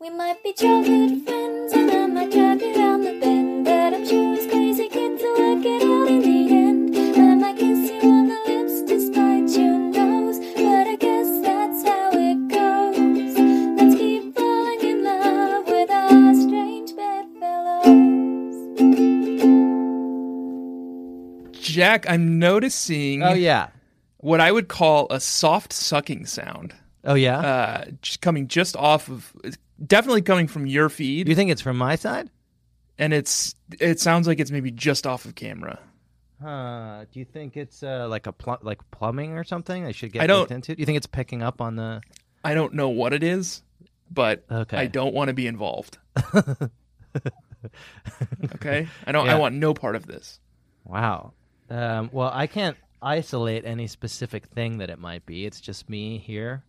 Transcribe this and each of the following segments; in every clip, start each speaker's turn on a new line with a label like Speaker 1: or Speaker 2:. Speaker 1: We might be childhood friends, and I might drive you round the bend. But I'm sure as crazy kids will work it out in the end. I might kiss you on the lips despite your nose. But I guess that's how it goes. Let's keep falling in love with our strange bedfellows.
Speaker 2: Jack, I'm noticing
Speaker 3: Oh yeah.
Speaker 2: what I would call a soft sucking sound
Speaker 3: Oh yeah.
Speaker 2: uh, just coming just off of, definitely coming from your feed,
Speaker 3: you think it's from my side?
Speaker 2: and it's it sounds like it's maybe just off of camera.
Speaker 3: Huh. Do you think it's uh, like a pl- like plumbing or something? I should get
Speaker 2: I don't-
Speaker 3: looked into. Do you think it's picking up on the?
Speaker 2: I don't know what it is, but
Speaker 3: Okay.
Speaker 2: I don't want to be involved. okay, I don't.
Speaker 3: Yeah.
Speaker 2: I
Speaker 3: Uh-huh.
Speaker 2: want no part of this.
Speaker 3: Wow. Um, well, I can't isolate any specific thing that it might be. It's just me here,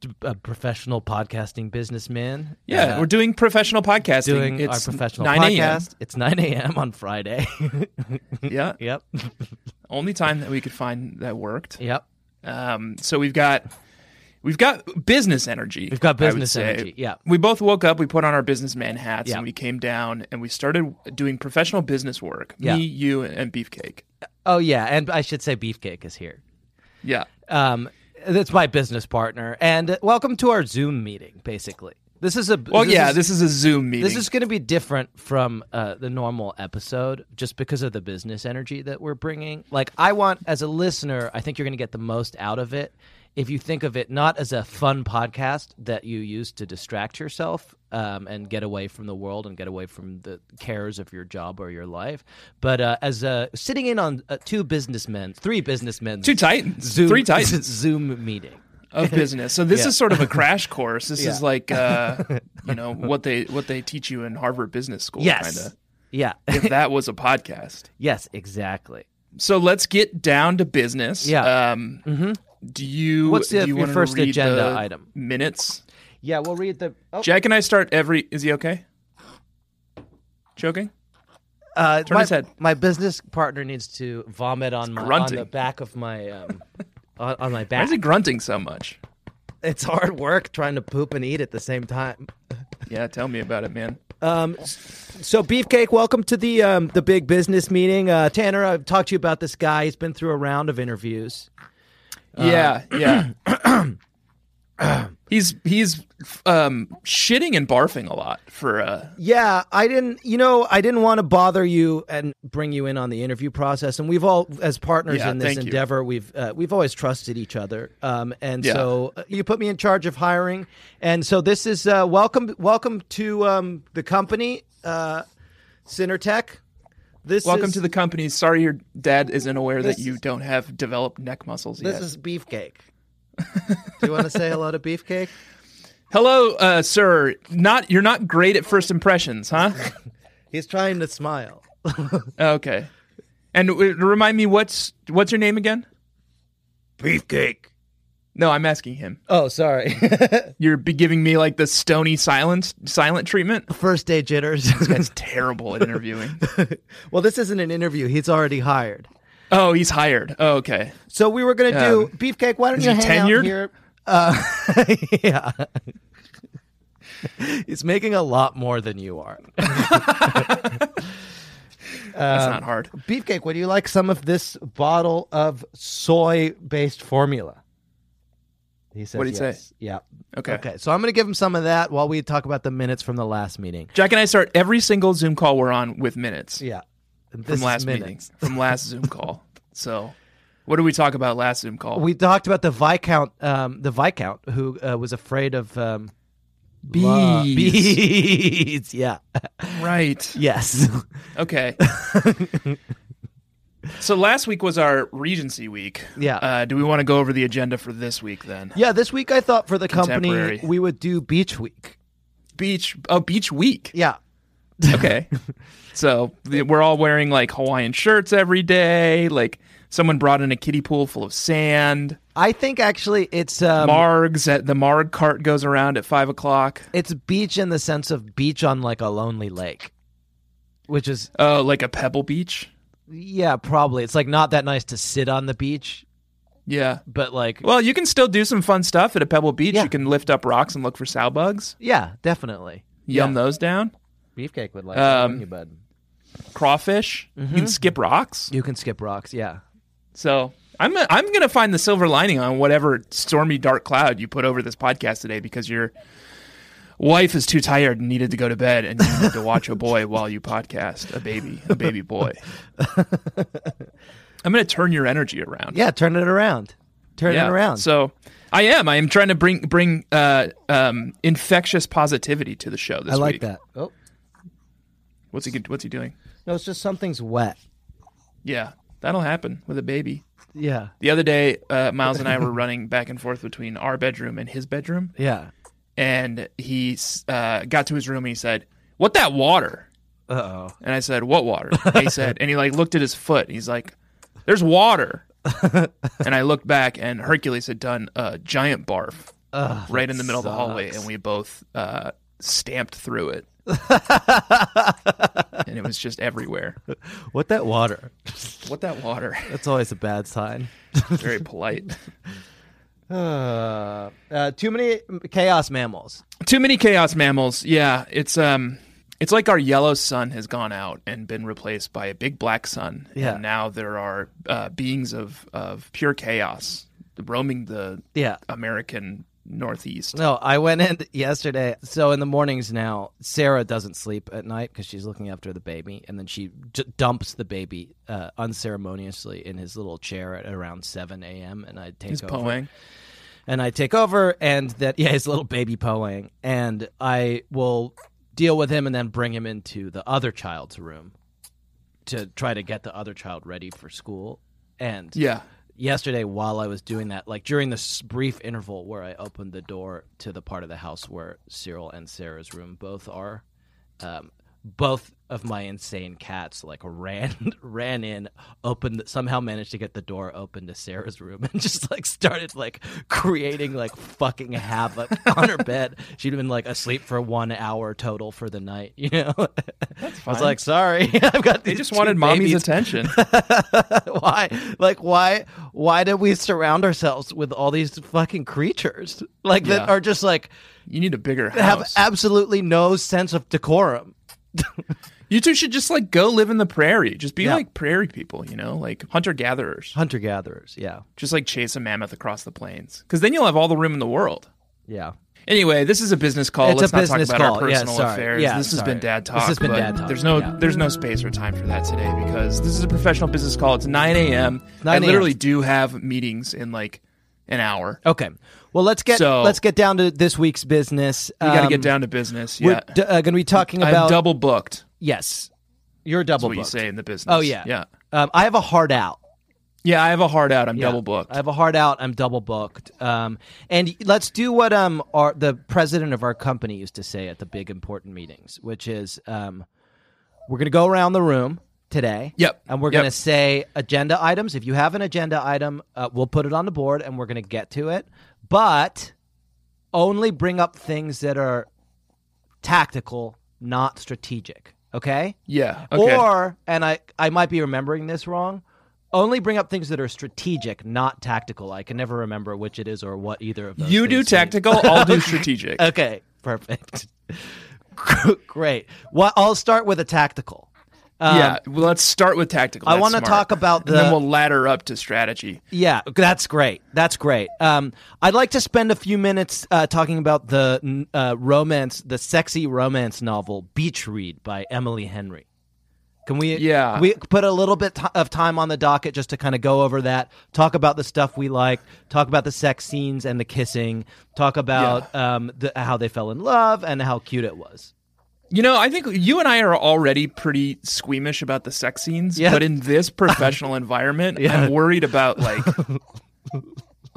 Speaker 3: d- a professional podcasting businessman.
Speaker 2: Yeah,
Speaker 3: uh,
Speaker 2: we're doing professional podcasting.
Speaker 3: doing
Speaker 2: it's
Speaker 3: our professional
Speaker 2: 9 a.m.
Speaker 3: podcast. It's 9 a.m. on Friday.
Speaker 2: Yeah,
Speaker 3: yep.
Speaker 2: only time that we could find that worked.
Speaker 3: Yep.
Speaker 2: Um, so we've got we've got business energy.
Speaker 3: We've got
Speaker 2: I would
Speaker 3: business
Speaker 2: say.
Speaker 3: energy, yeah.
Speaker 2: we both woke up. We put on our businessman hats
Speaker 3: Yeah.
Speaker 2: and we came down and we started doing professional business work.
Speaker 3: Yeah.
Speaker 2: Me, you, and Beefcake.
Speaker 3: Oh, yeah. And I should say Beefcake is here.
Speaker 2: Yeah,
Speaker 3: Um, that's my business partner. And welcome to our Zoom meeting, basically. This is a.
Speaker 2: Well, yeah, this is a Zoom meeting.
Speaker 3: This is going to be different from uh, the normal episode just because of the business energy that we're bringing. Like, I want, as a listener, I think you're going to get the most out of it if you think of it not as a fun podcast that you use to distract yourself um, and get away from the world and get away from the cares of your job or your life, but uh, as uh, sitting in on uh, two businessmen, three businessmen,
Speaker 2: two titans,
Speaker 3: Zoom,
Speaker 2: three titans
Speaker 3: Zoom meeting.
Speaker 2: of business. So this
Speaker 3: Yeah.
Speaker 2: is sort of a crash course. This
Speaker 3: Yeah.
Speaker 2: is like, uh, you know, what they what they teach you in Harvard Business School.
Speaker 3: Yes.
Speaker 2: Kinda.
Speaker 3: Yeah.
Speaker 2: If that was a podcast.
Speaker 3: yes, exactly.
Speaker 2: So let's get down to business.
Speaker 3: Yeah. Mm-hmm.
Speaker 2: Um, Do you?
Speaker 3: What's the-
Speaker 2: do you
Speaker 3: your
Speaker 2: wanna
Speaker 3: first
Speaker 2: read
Speaker 3: agenda
Speaker 2: the
Speaker 3: item?
Speaker 2: Minutes.
Speaker 3: Yeah, we'll read the. Oh,
Speaker 2: Jack and I start every. Is he okay? Choking.
Speaker 3: Uh,
Speaker 2: Turn
Speaker 3: my,
Speaker 2: his head.
Speaker 3: My business partner needs to vomit on my on
Speaker 2: grunting.
Speaker 3: the back of my um, on, on my
Speaker 2: Why
Speaker 3: back.
Speaker 2: is he grunting so much?
Speaker 3: It's hard work trying to poop and eat at the same time.
Speaker 2: Yeah, tell me about it, man.
Speaker 3: Um, so beefcake, welcome to the um, the big business meeting. Uh, Tanner, I've talked to you about this guy. He's been through a round of interviews. Uh,
Speaker 2: Yeah, yeah. he's he's um, shitting and barfing a lot for uh,
Speaker 3: Yeah, I didn't. You know, I didn't want to bother you and bring you in on the interview process. And we've all, as partners
Speaker 2: Yeah,
Speaker 3: in this
Speaker 2: thank you.
Speaker 3: endeavor, we've uh, we've always trusted each other. Um, and
Speaker 2: Yeah.
Speaker 3: so uh, you put me in charge of hiring. And so this is uh, welcome, welcome to um, the company, uh, Cinertech. This
Speaker 2: welcome
Speaker 3: is,
Speaker 2: to the company. Sorry, your dad isn't aware that you don't have developed neck muscles
Speaker 3: This
Speaker 2: yet.
Speaker 3: is Beefcake. Do you want to say hello to Beefcake?
Speaker 2: Hello, uh, sir. Not you're not great at first impressions, huh?
Speaker 3: He's trying to smile.
Speaker 2: okay. And w- remind me what's what's your name again?
Speaker 3: Beefcake.
Speaker 2: No, I'm asking him.
Speaker 3: Oh, sorry.
Speaker 2: You're be giving me like the stony silence silent treatment.
Speaker 3: First day jitters.
Speaker 2: That's terrible at interviewing.
Speaker 3: well, this isn't an interview. He's already hired.
Speaker 2: Oh, he's hired. Oh, okay.
Speaker 3: So we were gonna do beefcake. Why don't
Speaker 2: is
Speaker 3: you
Speaker 2: he
Speaker 3: hang out
Speaker 2: tenured?
Speaker 3: here? Uh, yeah, he's making a lot more than you are. Um,
Speaker 2: That's not hard.
Speaker 3: beefcake, would you like some of this bottle of soy-based formula? He says.
Speaker 2: What'd he say?
Speaker 3: yes. Yeah.
Speaker 2: Okay.
Speaker 3: Okay. So I'm gonna give him some of that while we talk about the minutes from the last meeting.
Speaker 2: Jack and I start every single Zoom call we're on with minutes
Speaker 3: Yeah. This
Speaker 2: from
Speaker 3: is
Speaker 2: last meeting,
Speaker 3: minutes.
Speaker 2: from last Zoom call. So, what did we talk about last Zoom call?
Speaker 3: We talked about the viscount, um, the viscount who uh, was afraid of um, lo- bees. Yeah.
Speaker 2: right?
Speaker 3: yes.
Speaker 2: Okay. so last week was our Regency week.
Speaker 3: Yeah.
Speaker 2: Uh, do we want to go over the agenda for this week then?
Speaker 3: Yeah, this week I thought for the company
Speaker 2: Contemporary.
Speaker 3: we would do Beach Week.
Speaker 2: Beach. Oh, beach week.
Speaker 3: Yeah.
Speaker 2: Okay. so th- we're all wearing like Hawaiian shirts every day. Like someone brought in a kiddie pool full of sand.
Speaker 3: I think actually it's um,
Speaker 2: Margs at the marg cart goes around at five o'clock.
Speaker 3: it's beach in the sense of beach on like a lonely lake. Which is
Speaker 2: Oh, like a pebble beach.
Speaker 3: yeah, probably. It's like not that nice to sit on the beach.
Speaker 2: Yeah.
Speaker 3: But like,
Speaker 2: Well, you can still do some fun stuff at a Pebble Beach.
Speaker 3: Yeah.
Speaker 2: You can lift up rocks and look for sow bugs.
Speaker 3: yeah, definitely.
Speaker 2: Yum
Speaker 3: Yeah.
Speaker 2: those down.
Speaker 3: Beefcake would like that,
Speaker 2: Um,
Speaker 3: wouldn't you, bud.
Speaker 2: Crawfish. You
Speaker 3: Mm-hmm.
Speaker 2: can skip rocks.
Speaker 3: You can skip rocks. Yeah.
Speaker 2: So I'm I'm gonna find the silver lining on whatever stormy dark cloud you put over this podcast today because your wife is too tired and needed to go to bed and you need to watch a boy while you podcast a baby a baby boy. I'm gonna turn your energy around.
Speaker 3: Yeah. Turn it around. Turn
Speaker 2: Yeah.
Speaker 3: it around.
Speaker 2: So I am. I am trying to bring bring uh, um, infectious positivity to the show this
Speaker 3: I like
Speaker 2: week.
Speaker 3: that. Oh
Speaker 2: What's he What's he doing?
Speaker 3: no, it's just something's wet.
Speaker 2: Yeah, that'll happen with a baby.
Speaker 3: Yeah.
Speaker 2: The other day, uh, Miles and I were running back and forth between our bedroom and his bedroom,
Speaker 3: Yeah.
Speaker 2: and he uh, got to his room and he said, "What that water?"
Speaker 3: Uh oh.
Speaker 2: And I said, "What water?" And he said, and he like looked at his foot. And he's like, "There's water." and I looked back, and Hercules had done a giant barf right in the middle of the hallway, and we both uh, stamped through it, and it was just everywhere.
Speaker 3: What that water?
Speaker 2: What that water?
Speaker 3: That's always a bad sign.
Speaker 2: Very polite.
Speaker 3: Uh, uh, too many chaos mammals.
Speaker 2: Too many chaos mammals. Yeah, it's um, it's like our yellow sun has gone out and been replaced by a big black sun.
Speaker 3: Yeah.
Speaker 2: And now there are uh, beings of of pure chaos roaming the
Speaker 3: Yeah.
Speaker 2: American Northeast.
Speaker 3: No, I went in yesterday. So in the mornings now, Sarah doesn't sleep at night because she's looking after the baby, and then she j- dumps the baby uh, unceremoniously in his little chair at around seven a.m. And I take
Speaker 2: He's
Speaker 3: over.
Speaker 2: poeing.
Speaker 3: and I take over, and that yeah, his little baby poeing, and I will deal with him, and then bring him into the other child's room to try to get the other child ready for school. And
Speaker 2: Yeah.
Speaker 3: yesterday, while I was doing that, like during this brief interval where I opened the door to the part of the house where Cyril and Sarah's room both are, um, both of my insane cats like ran ran in opened somehow managed to get the door open to sarah's room and just like started like creating like fucking havoc on her bed she'd been like asleep for one hour total for the night you know i was
Speaker 2: fine.
Speaker 3: like sorry i've got
Speaker 2: They
Speaker 3: these
Speaker 2: just
Speaker 3: two
Speaker 2: wanted mommy's
Speaker 3: babies.
Speaker 2: attention.
Speaker 3: why like why why do we surround ourselves with all these fucking creatures like that
Speaker 2: Yeah.
Speaker 3: are just like
Speaker 2: You need a bigger
Speaker 3: have
Speaker 2: house.
Speaker 3: absolutely no sense of decorum
Speaker 2: you two should just like go live in the prairie. Just be
Speaker 3: Yeah.
Speaker 2: like prairie people, you know, like hunter gatherers.
Speaker 3: hunter gatherers yeah
Speaker 2: Just like chase a mammoth across the plains, because then you'll have all the room in the world.
Speaker 3: yeah
Speaker 2: Anyway, this is a business call.
Speaker 3: It's a
Speaker 2: Let's not
Speaker 3: business
Speaker 2: talk about
Speaker 3: call.
Speaker 2: our
Speaker 3: Yeah,
Speaker 2: personal
Speaker 3: sorry.
Speaker 2: affairs.
Speaker 3: Yeah,
Speaker 2: this has
Speaker 3: sorry.
Speaker 2: been dad
Speaker 3: This
Speaker 2: talk.
Speaker 3: has been
Speaker 2: but
Speaker 3: dad talk,
Speaker 2: There's no
Speaker 3: yeah.
Speaker 2: there's no space or time for that today because this is a professional business call. It's 9 a.m.
Speaker 3: 9
Speaker 2: I
Speaker 3: a.m..
Speaker 2: literally do have meetings in like an hour.
Speaker 3: Okay. Well, let's get
Speaker 2: So-
Speaker 3: let's get down to this week's business.
Speaker 2: We got to
Speaker 3: Um,
Speaker 2: get down to business.
Speaker 3: We're
Speaker 2: Yeah,
Speaker 3: d- uh, going to be talking
Speaker 2: I'm
Speaker 3: about
Speaker 2: double booked.
Speaker 3: yes. You're
Speaker 2: That's
Speaker 3: double
Speaker 2: what you
Speaker 3: booked.
Speaker 2: say in the business.
Speaker 3: Oh yeah.
Speaker 2: yeah,
Speaker 3: Um, I have a hard out.
Speaker 2: yeah. I have a hard out. I'm
Speaker 3: Yeah.
Speaker 2: double booked.
Speaker 3: I have a hard out. I'm double booked. Um, and let's do what um our the president of our company used to say at the big important meetings, which is um, we're going to go around the room today.
Speaker 2: Yep.
Speaker 3: And we're
Speaker 2: Yep.
Speaker 3: going to say agenda items. If you have an agenda item, uh, we'll put it on the board and we're going to get to it. But only bring up things that are tactical, not strategic. Okay.
Speaker 2: yeah. Okay.
Speaker 3: Or, and I, I might be remembering this wrong, only bring up things that are strategic, not tactical. I can never remember which it is or what either of those.
Speaker 2: you do
Speaker 3: things mean.
Speaker 2: tactical. I'll do strategic.
Speaker 3: Okay, Um, perfect. Great. Well, I'll start with a tactical. Um,
Speaker 2: yeah. Well, let's start with tactical.
Speaker 3: I
Speaker 2: That's
Speaker 3: wanna
Speaker 2: smart.
Speaker 3: talk about
Speaker 2: And
Speaker 3: the-
Speaker 2: then we'll ladder up to strategy.
Speaker 3: Yeah, that's great. That's great. Um, I'd like to spend a few minutes uh, talking about the n- uh, romance, the sexy romance novel Beach Read by Emily Henry. Can we?
Speaker 2: Yeah.
Speaker 3: can we put a little bit ti- of time on the docket just to kind of go over that, talk about the stuff we like, talk about the sex scenes and the kissing, talk about um, the, how they fell in love and how cute it was.
Speaker 2: You know, I think you and I are already pretty squeamish about the sex scenes,
Speaker 3: Yeah.
Speaker 2: but in this professional environment,
Speaker 3: Yeah.
Speaker 2: I'm worried about like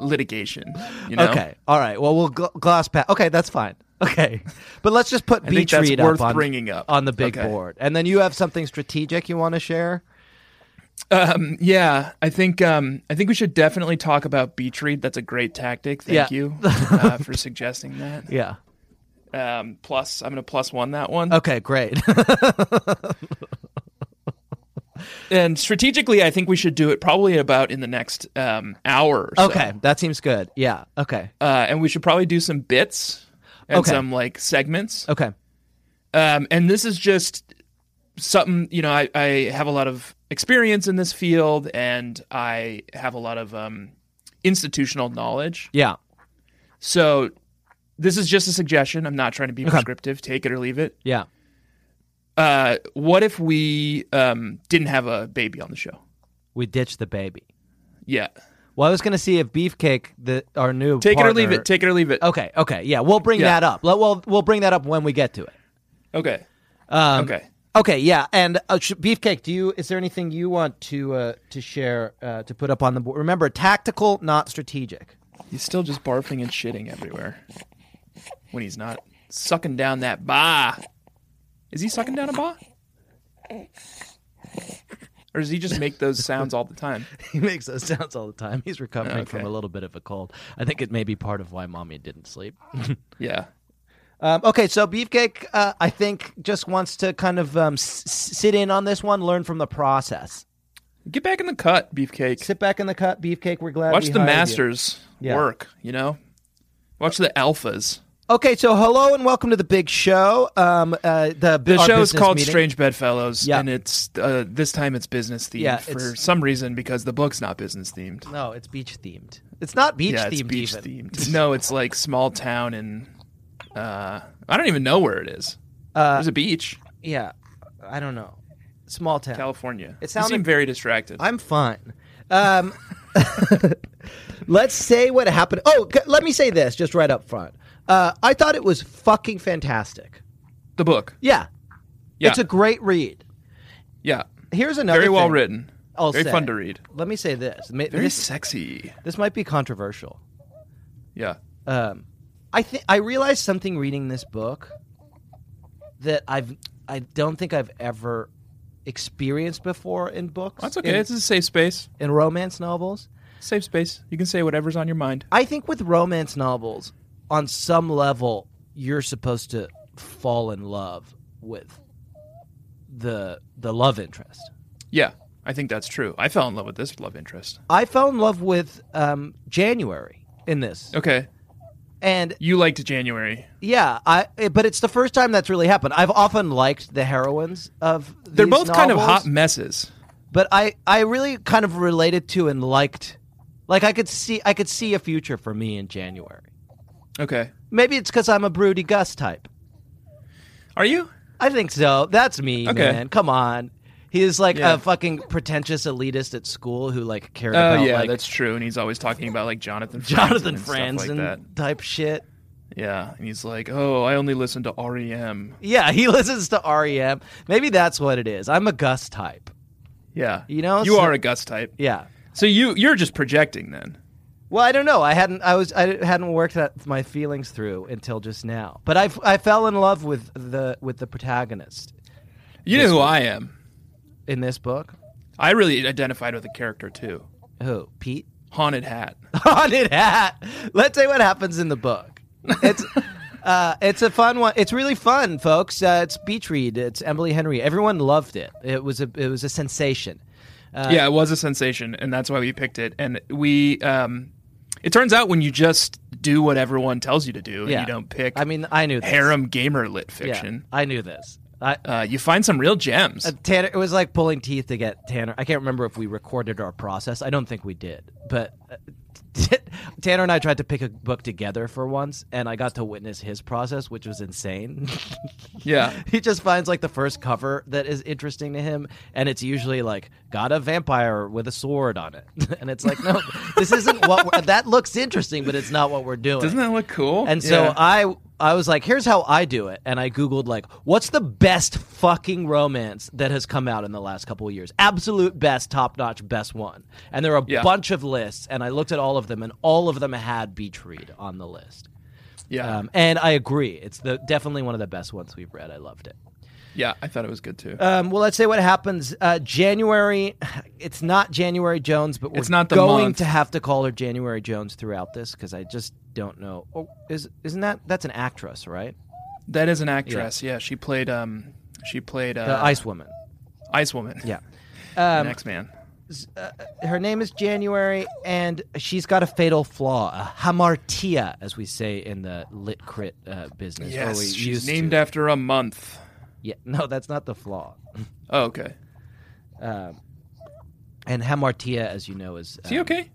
Speaker 2: litigation. You know,
Speaker 3: Okay. All right. Well, we'll gl- gloss past. Okay, that's fine. Okay, but let's just put
Speaker 2: I think
Speaker 3: beach
Speaker 2: that's
Speaker 3: read
Speaker 2: worth
Speaker 3: up on
Speaker 2: bringing up
Speaker 3: on the big
Speaker 2: Okay.
Speaker 3: board, and then you have something strategic you want to share.
Speaker 2: Um, yeah, I think um, I think we should definitely talk about beach read. That's a great tactic. Thank
Speaker 3: Yeah.
Speaker 2: you uh, for suggesting that.
Speaker 3: Yeah.
Speaker 2: Um, plus, I'm gonna plus one that one.
Speaker 3: Okay. Great.
Speaker 2: and strategically, I think we should do it probably about in the next um, hour. Or so.
Speaker 3: Okay, that seems good. Yeah. Okay.
Speaker 2: uh, and we should probably do some bits and
Speaker 3: Okay.
Speaker 2: some like segments.
Speaker 3: Okay.
Speaker 2: Um, and this is just something you know. I, I have a lot of experience in this field, and I have a lot of um, institutional knowledge.
Speaker 3: Yeah.
Speaker 2: So this is just a suggestion. I'm not trying to be prescriptive. Take it or leave it.
Speaker 3: Yeah.
Speaker 2: Uh, what if we um, didn't have a baby on the show?
Speaker 3: We ditch the baby.
Speaker 2: Yeah,
Speaker 3: Well, I was going to see if Beefcake, the our new
Speaker 2: take it or
Speaker 3: partner-
Speaker 2: leave it. Take it or leave it.
Speaker 3: okay. Okay. Yeah. We'll bring
Speaker 2: Yeah.
Speaker 3: that up. Let- We'll we'll bring that up when we get to it.
Speaker 2: Okay.
Speaker 3: Um,
Speaker 2: okay.
Speaker 3: Okay, yeah, and uh, sh- beefcake. Do you? Is there anything you want to uh, to share uh, to put up on the board? Remember, tactical, not strategic.
Speaker 2: He's still just barfing and shitting everywhere when he's not sucking down that ba. Is he sucking down a ba? Or does he just make those sounds all the time?
Speaker 3: He makes those sounds all the time. He's recovering
Speaker 2: Okay.
Speaker 3: from a little bit of a cold. I think it may be part of why mommy didn't sleep.
Speaker 2: Yeah.
Speaker 3: Um, okay, so beefcake, uh, I think just wants to kind of um, s- s- sit in on this one, learn from the process.
Speaker 2: Get back in the cut, beefcake.
Speaker 3: Sit back in the cut, beefcake. We're glad.
Speaker 2: Watch
Speaker 3: we
Speaker 2: the
Speaker 3: hired you.
Speaker 2: masters
Speaker 3: Yeah.
Speaker 2: work, you know? Watch the alphas.
Speaker 3: Okay, so hello and welcome to the big show. Um, uh, the
Speaker 2: The
Speaker 3: our
Speaker 2: show is
Speaker 3: business
Speaker 2: called
Speaker 3: meeting.
Speaker 2: Strange Bedfellows,
Speaker 3: Yeah.
Speaker 2: and it's uh, this time it's business themed
Speaker 3: Yeah,
Speaker 2: for
Speaker 3: it's-
Speaker 2: some reason because the book's not business themed.
Speaker 3: No, it's beach themed. It's not beach
Speaker 2: yeah,
Speaker 3: themed.
Speaker 2: it's beach
Speaker 3: even.
Speaker 2: themed. No, it's like small town in. Uh, I don't even know where it is.
Speaker 3: Uh,
Speaker 2: There's a beach,
Speaker 3: Yeah, I don't know. Small town.
Speaker 2: California. It
Speaker 3: sounded-
Speaker 2: you seem very distracted.
Speaker 3: I'm fine. Um, let's say what happened. Oh, g- let me say this just right up front. Uh, I thought it was fucking fantastic.
Speaker 2: the book,
Speaker 3: Yeah,
Speaker 2: yeah,
Speaker 3: it's a great read.
Speaker 2: yeah,
Speaker 3: Here's another
Speaker 2: very well
Speaker 3: thing.
Speaker 2: written,
Speaker 3: I'll
Speaker 2: very
Speaker 3: say.
Speaker 2: fun to read,
Speaker 3: Let me say this. Ma-
Speaker 2: very
Speaker 3: This,
Speaker 2: sexy.
Speaker 3: this might be controversial.
Speaker 2: Yeah,
Speaker 3: Um, I think I realized something reading this book that I've I don't think I've ever experienced before in books.
Speaker 2: that's okay.
Speaker 3: in-
Speaker 2: it's a safe space.
Speaker 3: in romance novels.
Speaker 2: Safe space. You can say whatever's on your mind.
Speaker 3: I think with romance novels, on some level, you're supposed to fall in love with the the love interest.
Speaker 2: Yeah, I think that's true. I fell in love with this love interest.
Speaker 3: I fell in love with um, January in this,
Speaker 2: Okay,
Speaker 3: and
Speaker 2: you liked January.
Speaker 3: yeah, I. it- But it's the first time that's really happened. I've often liked the heroines of
Speaker 2: They're
Speaker 3: these
Speaker 2: both kind of
Speaker 3: novels,
Speaker 2: hot messes.
Speaker 3: but I I really kind of related to and liked. Like I could see I could see a future for me in January.
Speaker 2: Okay,
Speaker 3: Maybe it's because I'm a broody Gus type.
Speaker 2: are you?
Speaker 3: I think so. That's me,
Speaker 2: Okay.
Speaker 3: man. Come on. He is like
Speaker 2: Yeah.
Speaker 3: a fucking pretentious elitist at school who like cared
Speaker 2: Oh
Speaker 3: about
Speaker 2: yeah,
Speaker 3: like
Speaker 2: that's true. And he's always talking about like Jonathan, Franzen
Speaker 3: Jonathan
Speaker 2: and stuff
Speaker 3: Franzen
Speaker 2: like that.
Speaker 3: type shit.
Speaker 2: Yeah, and he's like, "Oh, I only listen to E REM."
Speaker 3: Yeah, he listens to REM. Maybe that's what it is. I'm a Gus type.
Speaker 2: Yeah,
Speaker 3: You know,
Speaker 2: you
Speaker 3: so-
Speaker 2: are a Gus type.
Speaker 3: Yeah.
Speaker 2: So you you're just projecting then.
Speaker 3: Well, I don't know. I hadn't. I was. I hadn't worked that, my feelings through until just now. But I. I fell in love with the with the protagonist
Speaker 2: You know who I am.
Speaker 3: in this book.
Speaker 2: I really identified with the character too.
Speaker 3: Who? Pete.
Speaker 2: Haunted hat.
Speaker 3: Uh, haunted hat. Let's say what happens in the book. It's uh, it's a fun one. It's really fun, folks. Uh, it's Beach Read. It's Emily Henry. Everyone loved it. It was a it was a sensation. Uh,
Speaker 2: yeah, it was a sensation, and that's why we picked it. And we, um, it turns out when you just do what everyone tells you to do, and
Speaker 3: Yeah.
Speaker 2: you don't pick,
Speaker 3: I mean, I knew this.
Speaker 2: harem gamer lit
Speaker 3: Yeah,
Speaker 2: fiction,
Speaker 3: I knew this. I,
Speaker 2: uh, you find some real gems.
Speaker 3: uh, Tanner, it was like pulling teeth to get Tanner. I can't remember if we recorded our process. I don't think we did, but. uh, Tanner and I tried to pick a book together for once, and I got to witness his process, which was insane.
Speaker 2: yeah,
Speaker 3: he just finds like the first cover that is interesting to him and it's usually like got a vampire with a sword on it and it's like no this isn't what we're, that looks interesting but it's not what we're doing
Speaker 2: doesn't that look cool?
Speaker 3: and so
Speaker 2: Yeah.
Speaker 3: i i was like here's how i do it and i googled like what's the best fucking romance that has come out in the last couple of years absolute best top notch best one and there are a
Speaker 2: Yeah.
Speaker 3: bunch of lists and i looked at all of them and all of them had beach read on the list
Speaker 2: yeah,
Speaker 3: um, and i agree it's the definitely one of the best ones we've read i loved it
Speaker 2: yeah, I thought it was good too.
Speaker 3: um, well, let's say what happens. Uh, January, it's not January Jones, but we're
Speaker 2: It's not the
Speaker 3: going
Speaker 2: month.
Speaker 3: to have to call her January Jones throughout this because I just don't know. Oh, is isn't that that's an actress, right?
Speaker 2: that is an actress. Yeah, she played, um, she played uh,
Speaker 3: The Ice Woman.
Speaker 2: Ice Woman.
Speaker 3: Yeah. Um,
Speaker 2: Next man.
Speaker 3: her name is January, and she's got a fatal flaw, a hamartia, as we say in the lit crit uh, business. or we
Speaker 2: Yes, she's
Speaker 3: used
Speaker 2: named
Speaker 3: to.
Speaker 2: after a month.
Speaker 3: Yeah, no, that's not the flaw.
Speaker 2: Oh, okay.
Speaker 3: Um, and hamartia, as you know, is
Speaker 2: Is he
Speaker 3: um,
Speaker 2: okay?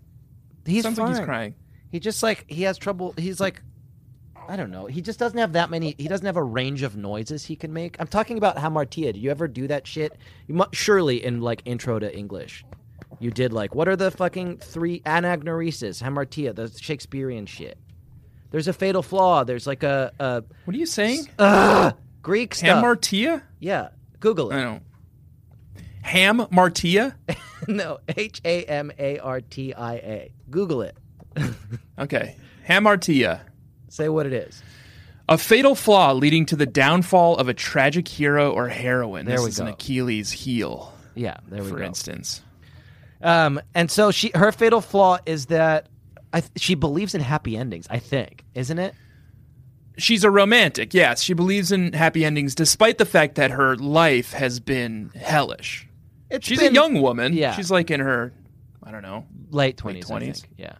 Speaker 3: He's
Speaker 2: Sounds like he's
Speaker 3: fine.
Speaker 2: crying.
Speaker 3: He just like he has trouble. He's like, I don't know. He just doesn't have that many. He doesn't have a range of noises he can make. I'm talking about hamartia. Do you ever do that shit? You mu- surely in like intro to English, you did like what are the fucking three anagnoresis, hamartia, the Shakespearean shit. There's a fatal flaw. There's like a, a
Speaker 2: What are you saying?
Speaker 3: Uh, Greek stuff.
Speaker 2: Ham Martia?
Speaker 3: yeah, Google
Speaker 2: I
Speaker 3: it.
Speaker 2: don't. Ham Martia?
Speaker 3: no, H A M A R T I A. Google it.
Speaker 2: Okay. Ham Martia.
Speaker 3: Say what it is.
Speaker 2: A fatal flaw leading to the downfall of a tragic hero or heroine.
Speaker 3: There
Speaker 2: this
Speaker 3: we
Speaker 2: is
Speaker 3: go.
Speaker 2: an Achilles heel,
Speaker 3: Yeah, there we
Speaker 2: for
Speaker 3: go.
Speaker 2: instance.
Speaker 3: Um, and so she, her fatal flaw is that I th- she believes in happy endings. I think, isn't it?
Speaker 2: She's a romantic, yes. She believes in happy endings despite the fact that her life has been hellish.
Speaker 3: It's
Speaker 2: She's
Speaker 3: been
Speaker 2: a young woman.
Speaker 3: yeah.
Speaker 2: She's like in her, I don't know.
Speaker 3: late twenties.
Speaker 2: 20s.
Speaker 3: Yeah.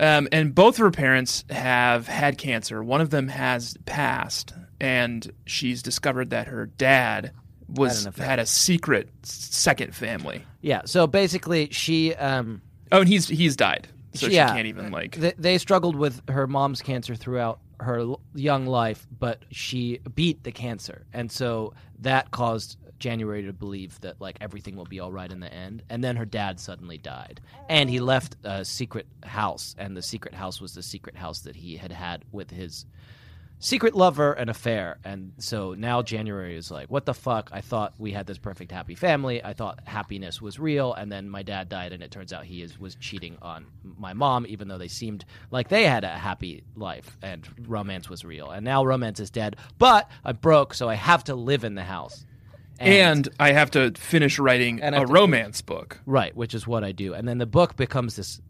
Speaker 2: Um, and both of her parents have had cancer. One of them has passed, and she's discovered that her dad was
Speaker 3: Had an affair.
Speaker 2: had a secret s- second family.
Speaker 3: Yeah. So basically, she um,
Speaker 2: Oh, and he's he's died, so she
Speaker 3: Yeah.
Speaker 2: can't even like.
Speaker 3: th- they struggled with her mom's cancer throughout her l- young life, but she beat the cancer, and so that caused January to believe that like everything will be all right in the end. And then her dad suddenly died, and he left a secret house, and the secret house was the secret house that he had had with his secret lover and affair and so now january is like what the fuck i thought we had this perfect happy family i thought happiness was real and then my dad died and it turns out he is was cheating on my mom even though they seemed like they had a happy life and romance was real and now romance is dead but i'm broke so i have to live in the house
Speaker 2: and, I have to finish writing
Speaker 3: And I
Speaker 2: a
Speaker 3: have to-
Speaker 2: romance book.
Speaker 3: Right, which is what I do. And then the book becomes this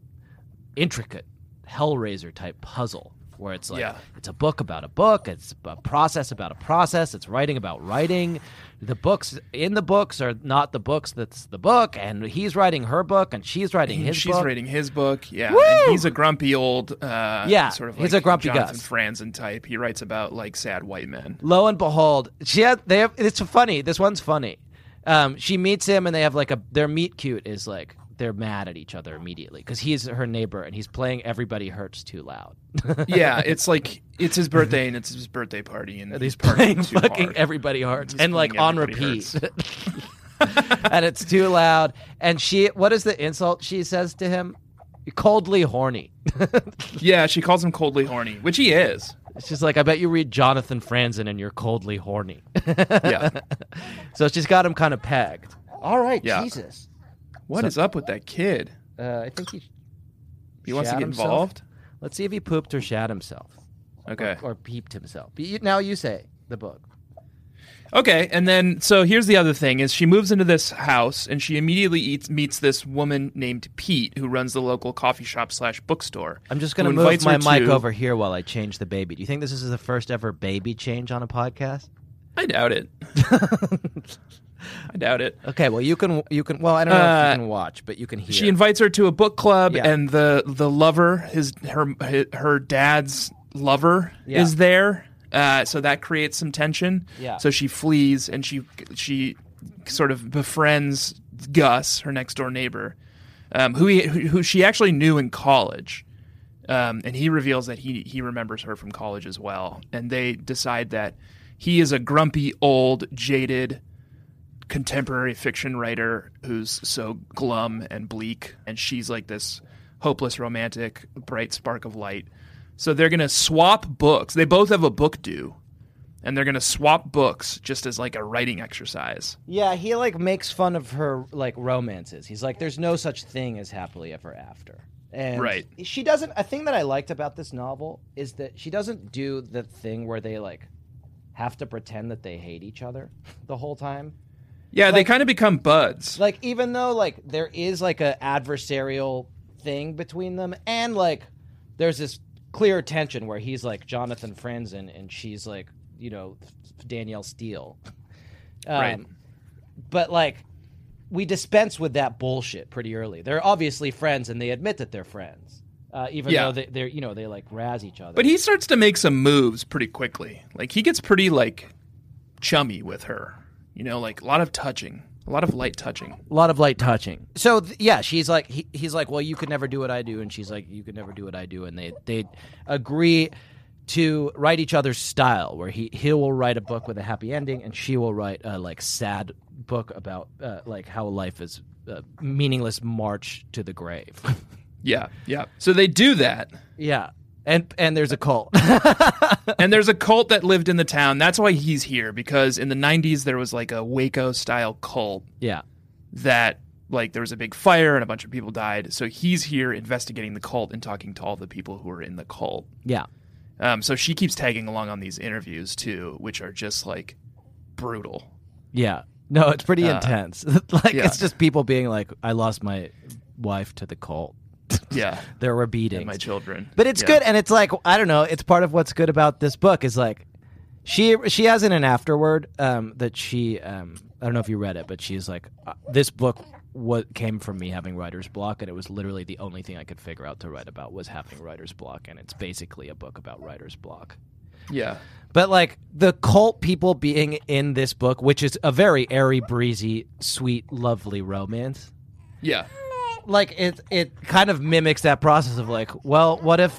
Speaker 3: intricate Hellraiser type puzzle where it's like
Speaker 2: Yeah.
Speaker 3: it's a book about a book, it's a process about a process, it's writing about writing. The books in the books are not the books that's the book, and he's writing her book and she's writing his
Speaker 2: She's
Speaker 3: book.
Speaker 2: writing his book, yeah.
Speaker 3: Woo!
Speaker 2: And he's a grumpy old, uh,
Speaker 3: Yeah,
Speaker 2: sort of
Speaker 3: he's
Speaker 2: like
Speaker 3: a grumpy
Speaker 2: Jonathan
Speaker 3: Gus.
Speaker 2: Franzen type. He writes about like sad white men.
Speaker 3: lo and behold, she had they have it's funny. This one's funny. Um, she meets him and they have like a their meet cute is like they're mad at each other immediately because he's her neighbor and he's playing everybody hurts too loud.
Speaker 2: yeah, it's like it's his birthday and it's his birthday party, and
Speaker 3: He's
Speaker 2: he's partying
Speaker 3: playing
Speaker 2: too
Speaker 3: fucking
Speaker 2: hard.
Speaker 3: everybody hurts and like
Speaker 2: playing
Speaker 3: on
Speaker 2: Everybody
Speaker 3: repeat. and it's too loud. And she, what is the insult she says to him? Coldly horny.
Speaker 2: Yeah, she calls him coldly horny, which he is.
Speaker 3: She's like, I bet you read Jonathan Franzen and you're coldly horny.
Speaker 2: Yeah.
Speaker 3: so she's got him kind of pegged. All right,
Speaker 2: Yeah.
Speaker 3: Jesus.
Speaker 2: What is up with that kid?
Speaker 3: Uh, I think he.
Speaker 2: He wants to
Speaker 3: shat
Speaker 2: get
Speaker 3: himself.
Speaker 2: involved?
Speaker 3: Let's see if he pooped or shat himself
Speaker 2: Okay.
Speaker 3: or peeped himself. But you, now you say the book.
Speaker 2: Okay, and then so here's the other thing is she moves into this house and she immediately eats, meets this woman named Pete who runs the local coffee shop slash bookstore.
Speaker 3: I'm just going to
Speaker 2: who
Speaker 3: move
Speaker 2: invites
Speaker 3: my
Speaker 2: her
Speaker 3: mic
Speaker 2: to-
Speaker 3: over here while I change the baby. Do you think this is the first ever baby change on a podcast?
Speaker 2: I doubt it. I doubt it.
Speaker 3: Okay, well you can you can well I don't know
Speaker 2: Uh,
Speaker 3: if you can watch, but you can hear.
Speaker 2: She invites her to a book club,
Speaker 3: Yeah.
Speaker 2: and the the lover, his her hi- her dad's lover,
Speaker 3: Yeah.
Speaker 2: is there. Uh, so that creates some tension.
Speaker 3: Yeah.
Speaker 2: So she flees, and she she sort of befriends Gus, her next door neighbor, um, who, he, who who she actually knew in college. Um, and he reveals that he he remembers her from college as well, and they decide that he is a grumpy, old, jaded contemporary fiction writer who's so glum and bleak, and she's like this hopeless romantic, bright spark of light. So they're gonna swap books. They both have a book due, and they're gonna swap books just as like a writing exercise.
Speaker 3: yeah, he like makes fun of her like romances. He's like, "There's no such thing as happily ever after." And
Speaker 2: Right.
Speaker 3: she doesn't. A thing that I liked about this novel is that she doesn't do the thing where they like have to pretend that they hate each other the whole time.
Speaker 2: Yeah, they
Speaker 3: Like-
Speaker 2: kind of become buds.
Speaker 3: like even though like there is like a adversarial thing between them and like there's this clear tension where he's like jonathan franzen and she's like you know danielle steele um,
Speaker 2: Right.
Speaker 3: but like we dispense with that bullshit pretty early. They're obviously friends, and they admit that they're friends, uh, even
Speaker 2: Yeah.
Speaker 3: though they, they're you know they like razz each other.
Speaker 2: But he starts to make some moves pretty quickly. Like he gets pretty like chummy with her. You know, like a lot of touching, a lot of light touching.
Speaker 3: a lot of light touching. So th- yeah, she's like he, he's like, well, you could never do what I do, and she's like, you could never do what I do, and they they agree to write each other's style, where he he will write a book with a happy ending, and she will write a like sad book about uh, like how life is a meaningless march to the grave.
Speaker 2: Yeah, yeah. So they do that.
Speaker 3: yeah. And, and there's a cult.
Speaker 2: And there's a cult that lived in the town. That's why he's here because in the 90s there was like a Waco style cult
Speaker 3: yeah.
Speaker 2: that like there was a big fire and a bunch of people died. So he's here investigating the cult and talking to all the people who are in the cult.
Speaker 3: Yeah.
Speaker 2: Um, so she keeps tagging along on these interviews too, which are just like brutal.
Speaker 3: Yeah. No, it's pretty intense. like
Speaker 2: yeah.
Speaker 3: it's just people being like, I lost my wife to the cult.
Speaker 2: Yeah,
Speaker 3: There were beatings.
Speaker 2: my children.
Speaker 3: But it's
Speaker 2: Yeah.
Speaker 3: good, and it's like I don't know. It's part of what's good about this book is like she she has in an afterword um, that she um, I don't know if you read it, but she's like uh, this book what came from me having writer's block, and it was literally the only thing I could figure out to write about was having writer's block, and it's basically a book about writer's block.
Speaker 2: Yeah.
Speaker 3: But like the cult people being in this book, which is a very airy, breezy, sweet, lovely romance
Speaker 2: Yeah.
Speaker 3: like it it kind of mimics that process of like well what if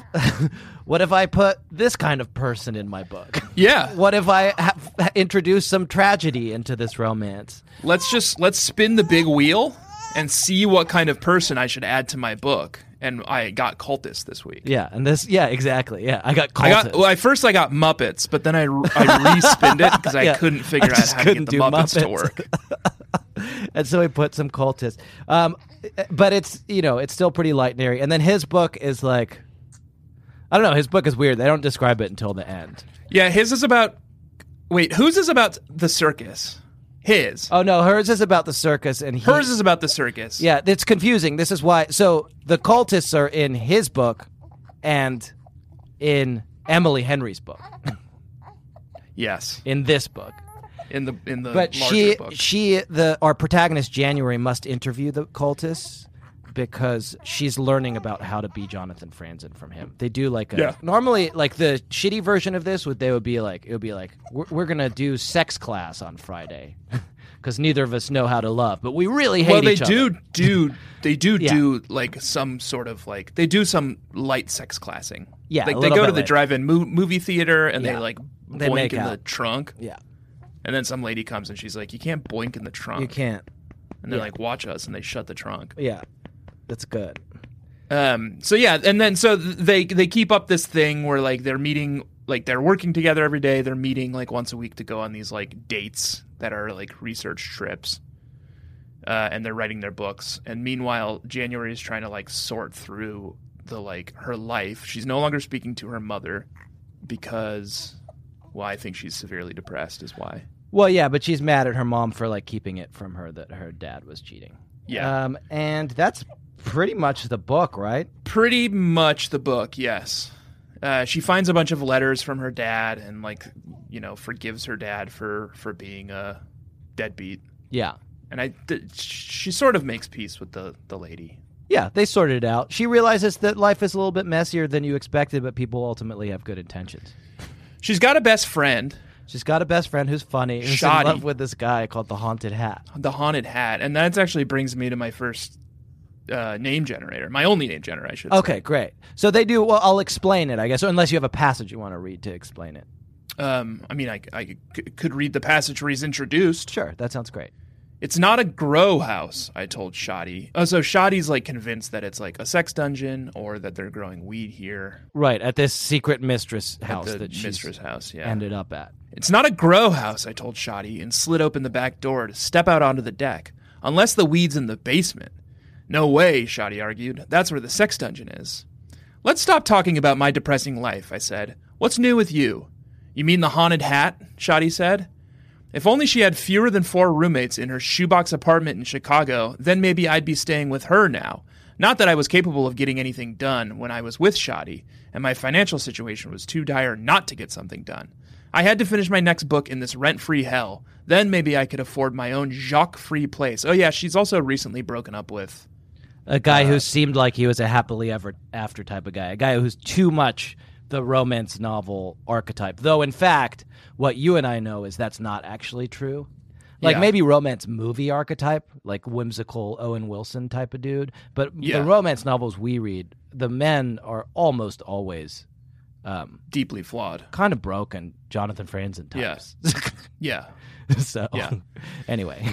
Speaker 3: what if i put this kind of person in my book
Speaker 2: Yeah.
Speaker 3: what if i have, introduce some tragedy into this romance
Speaker 2: Let's just let's spin the big wheel and see what kind of person I should add to my book. And I got cultists this week.
Speaker 3: yeah and this yeah exactly yeah i got
Speaker 2: I
Speaker 3: called
Speaker 2: got well. At first, I got Muppets, but then I I respinned it because I
Speaker 3: Yeah.
Speaker 2: couldn't
Speaker 3: I
Speaker 2: figure out
Speaker 3: just
Speaker 2: how to get
Speaker 3: couldn't
Speaker 2: the
Speaker 3: do
Speaker 2: Muppets, to
Speaker 3: Muppets.
Speaker 2: work.
Speaker 3: and so he put some cultists um but it's you know it's still pretty light and airy and then his book is like i don't know his book is weird they don't describe it until the end
Speaker 2: Yeah, his is about. Wait, whose is about the circus? His.
Speaker 3: oh no hers is about the circus and he,
Speaker 2: Hers is about the circus.
Speaker 3: Yeah, it's confusing. This is why. So the cultists are in his book and in Emily Henry's book,
Speaker 2: Yes.
Speaker 3: in this book.
Speaker 2: In the in the
Speaker 3: But
Speaker 2: larger
Speaker 3: she,
Speaker 2: book.
Speaker 3: she, the our protagonist January must interview the cultists because she's learning about how to be Jonathan Franzen from him. They do like a
Speaker 2: Yeah.
Speaker 3: normally like the shitty version of this would they would be like it would be like we're, we're gonna do sex class on Friday because neither of us know how to love, but we really hate
Speaker 2: well, they
Speaker 3: each other.
Speaker 2: do do they do
Speaker 3: Yeah.
Speaker 2: do like some sort of like they do some light sex classing.
Speaker 3: Yeah,
Speaker 2: like
Speaker 3: a
Speaker 2: they
Speaker 3: little
Speaker 2: go
Speaker 3: bit
Speaker 2: to the
Speaker 3: later.
Speaker 2: drive-in mo- movie theater and they
Speaker 3: Yeah.
Speaker 2: like
Speaker 3: They
Speaker 2: boink
Speaker 3: make
Speaker 2: in the
Speaker 3: out.
Speaker 2: trunk,
Speaker 3: Yeah,
Speaker 2: and then some lady comes and she's like, "You can't boink in the trunk."
Speaker 3: you can't.
Speaker 2: And they're
Speaker 3: yeah.
Speaker 2: like, "Watch us," and they shut the trunk.
Speaker 3: Yeah, that's good.
Speaker 2: Um, so yeah, and then so th- they they keep up this thing where like they're meeting, like they're working together every day. They're meeting like once a week to go on these like dates that are like research trips, uh, and they're writing their books. And meanwhile, January is trying to like sort through the like her life. She's no longer speaking to her mother because, well, I think she's severely depressed. Is why.
Speaker 3: Well, yeah, but she's mad at her mom for like keeping it from her that her dad was cheating.
Speaker 2: Yeah,
Speaker 3: Um, and that's pretty much the book, right?
Speaker 2: pretty much the book yes uh, she finds a bunch of letters from her dad and like you know forgives her dad for for being a deadbeat
Speaker 3: Yeah.
Speaker 2: and i th- she sort of makes peace with the the lady
Speaker 3: Yeah, they sorted it out. She realizes that life is a little bit messier than you expected, but people ultimately have good intentions.
Speaker 2: she's got a best friend
Speaker 3: She's got a best friend who's funny, who's
Speaker 2: Shoddy.
Speaker 3: in love with this guy called the Haunted Hat.
Speaker 2: the haunted hat and that actually brings me to my first uh, name generator my only name generator i should say.
Speaker 3: Okay, great. So they do. Well, I'll explain it, I guess, unless you have a passage you want to read to explain it.
Speaker 2: um i mean i, I c- could read the passage where he's introduced
Speaker 3: Sure, that sounds great.
Speaker 2: It's not a grow house, I told Shoddy. Oh, so Shoddy's like convinced that it's like a sex dungeon or that they're growing weed here.
Speaker 3: Right at this secret mistress
Speaker 2: at
Speaker 3: house
Speaker 2: the
Speaker 3: that she's
Speaker 2: mistress house, yeah.
Speaker 3: ended up at.
Speaker 2: it's not a grow house, I told Shoddy, and slid open the back door to step out onto the deck. Unless the weed's in the basement. No way, Shoddy argued. That's where the sex dungeon is. Let's stop talking about my depressing life, I said. What's new with you? You mean the haunted hat? Shoddy said. If only she had fewer than four roommates in her shoebox apartment in Chicago, then maybe I'd be staying with her now. Not that I was capable of getting anything done when I was with Shoddy, and my financial situation was too dire not to get something done. I had to finish my next book in this rent free hell. Then maybe I could afford my own Jacques free place. Oh, yeah, she's also recently broken up with.
Speaker 3: A guy who seemed like he was a happily ever after type of guy. A guy who's too much the romance novel archetype. Though in fact, what you and I know is that's not actually true. Like
Speaker 2: Yeah.
Speaker 3: maybe romance movie archetype, like whimsical Owen Wilson type of dude, but
Speaker 2: Yeah.
Speaker 3: the romance novels we read, the men are almost always um,
Speaker 2: Deeply flawed.
Speaker 3: kind of broken Jonathan Franzen types.
Speaker 2: Yes. yeah.
Speaker 3: so
Speaker 2: Yeah.
Speaker 3: anyway,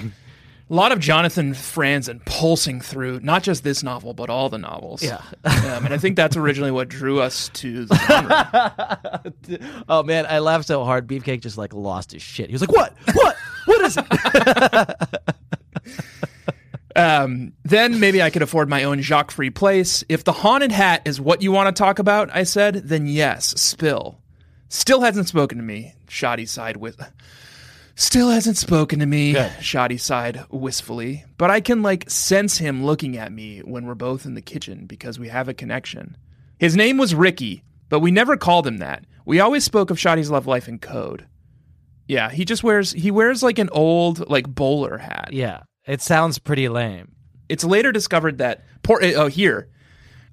Speaker 2: A lot of Jonathan Franzen pulsing through not just this novel, but all the novels.
Speaker 3: Yeah.
Speaker 2: um, and I think that's originally what drew us to the genre.
Speaker 3: oh man, I laughed so hard. Beefcake just like lost his shit. He was like, "What? What? What is it?"
Speaker 2: Um, then maybe I could afford my own Jacques Free place. If the haunted hat is what you want to talk about, I said, then yes, spill. Still hasn't spoken to me, shoddy side with. Still hasn't spoken to me, shoddy side wistfully. But I can like sense him looking at me when we're both in the kitchen because we have a connection. His name was Ricky, but we never called him that. We always spoke of Shoddy's love life in code. Yeah, he just wears he wears like an old like bowler hat
Speaker 3: yeah, it sounds pretty lame.
Speaker 2: it's later discovered that por- uh, oh here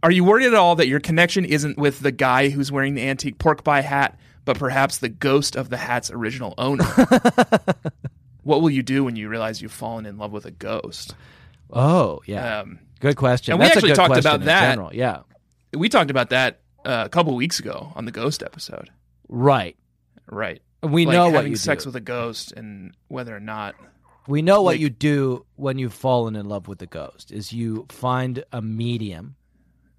Speaker 2: are you worried at all that your connection isn't with the guy who's wearing the antique pork pie hat but perhaps the ghost of the hat's original owner what will you do when you realize you've fallen in love with a ghost
Speaker 3: Oh yeah,
Speaker 2: um,
Speaker 3: good question.
Speaker 2: and we
Speaker 3: That's
Speaker 2: actually
Speaker 3: a good
Speaker 2: talked
Speaker 3: question
Speaker 2: about
Speaker 3: in
Speaker 2: that.
Speaker 3: General. Yeah,
Speaker 2: we talked about that uh, a couple weeks ago on the ghost episode
Speaker 3: right.
Speaker 2: right
Speaker 3: We
Speaker 2: Like
Speaker 3: know what
Speaker 2: having
Speaker 3: you
Speaker 2: sex
Speaker 3: do.
Speaker 2: with a ghost and whether or not
Speaker 3: we know what
Speaker 2: like-
Speaker 3: you do when you've fallen in love with a ghost is you find a medium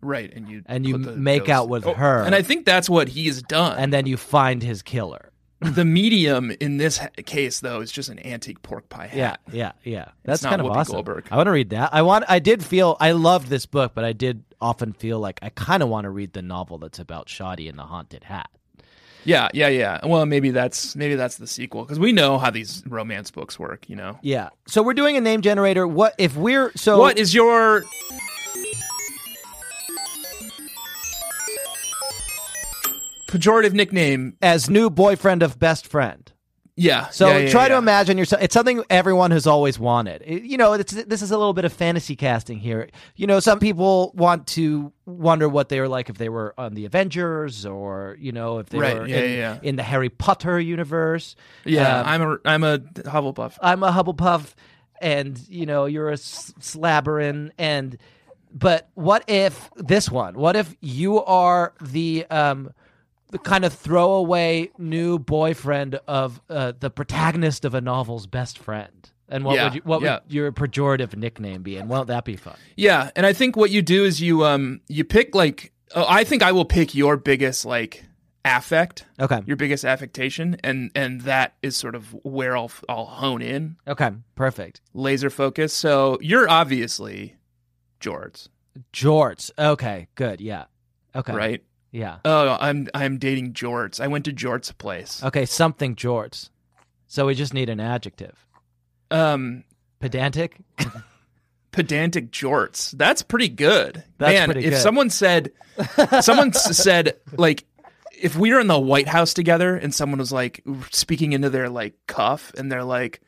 Speaker 2: right and you
Speaker 3: And you
Speaker 2: put the
Speaker 3: make
Speaker 2: ghost- Oh,
Speaker 3: out with her.
Speaker 2: and i think that's what he's done
Speaker 3: and then you find his killer.
Speaker 2: the medium in this ha- case though is just an antique pork pie hat
Speaker 3: Yeah, yeah, yeah. That's
Speaker 2: not
Speaker 3: kind of
Speaker 2: Whoopi
Speaker 3: awesome.
Speaker 2: Goldberg.
Speaker 3: I want to read that. I want. I did feel. I loved this book, but I did often feel like I kind of want to read the novel that's about Shoddy and the haunted hat.
Speaker 2: Yeah, yeah, yeah. Well, maybe that's maybe that's the sequel because we know how these romance books work. You know,
Speaker 3: Yeah. So we're doing a name generator. What if we're so?
Speaker 2: what is your pejorative nickname?
Speaker 3: as new boyfriend of best friend?
Speaker 2: Yeah.
Speaker 3: So
Speaker 2: yeah, yeah,
Speaker 3: try to
Speaker 2: yeah.
Speaker 3: imagine yourself. It's something everyone has always wanted. It- you know, it's, this is a little bit of fantasy casting here. You know, some people want to wonder what they were like if they were on the Avengers or you know if they
Speaker 2: Right,
Speaker 3: were
Speaker 2: yeah,
Speaker 3: in,
Speaker 2: yeah, yeah.
Speaker 3: in the Harry Potter universe.
Speaker 2: Yeah,
Speaker 3: Um,
Speaker 2: I'm a I'm a Hufflepuff.
Speaker 3: I'm a Hubblepuff, and you know you're a s- Slabberin, and but what if this one? What if you are the um the kind of throwaway new boyfriend of uh, the protagonist of a novel's best friend? And what
Speaker 2: Yeah,
Speaker 3: would you, what
Speaker 2: yeah.
Speaker 3: would your pejorative nickname be? And won't that be fun?
Speaker 2: Yeah, and I think what you do is you um you pick like oh, I think I will pick your biggest like affect,
Speaker 3: Okay.
Speaker 2: your biggest affectation, and and that is sort of where I'll I'll hone in,
Speaker 3: Okay. Perfect.
Speaker 2: laser focus. So you're obviously Jords,
Speaker 3: Jorts. Okay. Good. Yeah. Okay.
Speaker 2: right?
Speaker 3: Yeah.
Speaker 2: Oh, I'm I'm dating Jorts. I went to Jorts' place.
Speaker 3: Okay. Something jorts. So we just need an adjective.
Speaker 2: Um,
Speaker 3: Pedantic.
Speaker 2: pedantic Jorts. That's pretty good,
Speaker 3: That's
Speaker 2: man.
Speaker 3: pretty
Speaker 2: if
Speaker 3: good.
Speaker 2: someone said, someone s- said like, if we were in the White House together and someone was like speaking into their like cuff and they're like,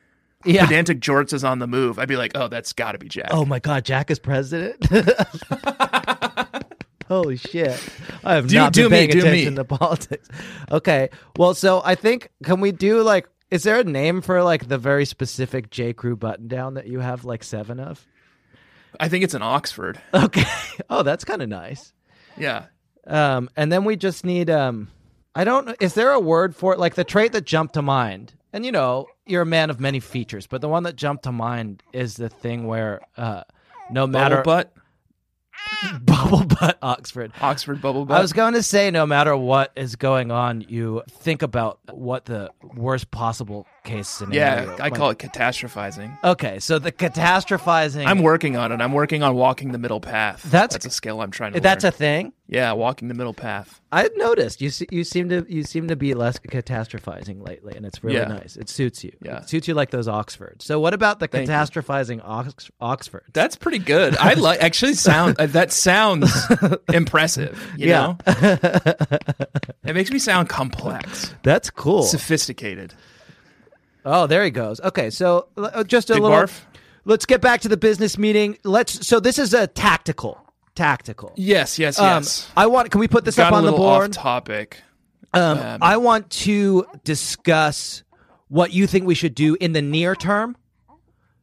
Speaker 3: Yeah.
Speaker 2: pedantic Jorts is on the move, I'd be like, oh, that's got to be Jack.
Speaker 3: Oh my God, Jack is president. Holy shit! I have
Speaker 2: Do-
Speaker 3: not
Speaker 2: do
Speaker 3: been
Speaker 2: me,
Speaker 3: paying
Speaker 2: do me.
Speaker 3: attention to politics. Okay, well, so I think can we do like? Is there a name for like the very specific J Crew button down that you have like seven of?
Speaker 2: I think it's in Oxford.
Speaker 3: Okay. Oh, that's kind of nice.
Speaker 2: Yeah.
Speaker 3: Um, and then we just need um, I don't. know. Is there a word for it? Like the trait that jumped to mind, and you know, you're a man of many features, but the one that jumped to mind is the thing where uh, no matter
Speaker 2: Bubble butt,
Speaker 3: bubble butt Oxford.
Speaker 2: Oxford bubble butt.
Speaker 3: I was going to say, no matter what is going on, you think about what the worst possible case
Speaker 2: Yeah,
Speaker 3: scenario.
Speaker 2: I call it catastrophizing.
Speaker 3: Okay, so the catastrophizing.
Speaker 2: I'm working on it. I'm working on walking the middle path.
Speaker 3: That's-
Speaker 2: a skill I'm trying to.
Speaker 3: That's a
Speaker 2: learn.
Speaker 3: thing.
Speaker 2: yeah, walking the middle path.
Speaker 3: I've noticed you. se- You seem to you seem to be less catastrophizing lately, and it's really
Speaker 2: Yeah.
Speaker 3: nice. It suits you.
Speaker 2: Yeah.
Speaker 3: It suits you like those Oxfords. So what about the
Speaker 2: Thank you.
Speaker 3: catastrophizing Ox- Oxfords?
Speaker 2: That's pretty good. I like actually sound uh, that sounds impressive. You
Speaker 3: Yeah.
Speaker 2: know, it makes me sound complex,
Speaker 3: That's cool.
Speaker 2: sophisticated.
Speaker 3: oh, there he goes. Okay, so l- uh, just a
Speaker 2: Big
Speaker 3: little.
Speaker 2: barf?
Speaker 3: Let's get back to the business meeting. Let's. So this is a tactical. Tactical.
Speaker 2: Yes, yes,
Speaker 3: Um,
Speaker 2: yes.
Speaker 3: I want. Can we put this
Speaker 2: Got
Speaker 3: up
Speaker 2: a
Speaker 3: on the
Speaker 2: little
Speaker 3: board?
Speaker 2: off topic.
Speaker 3: Um,
Speaker 2: Um,
Speaker 3: I want to discuss what you think we should do in the near term.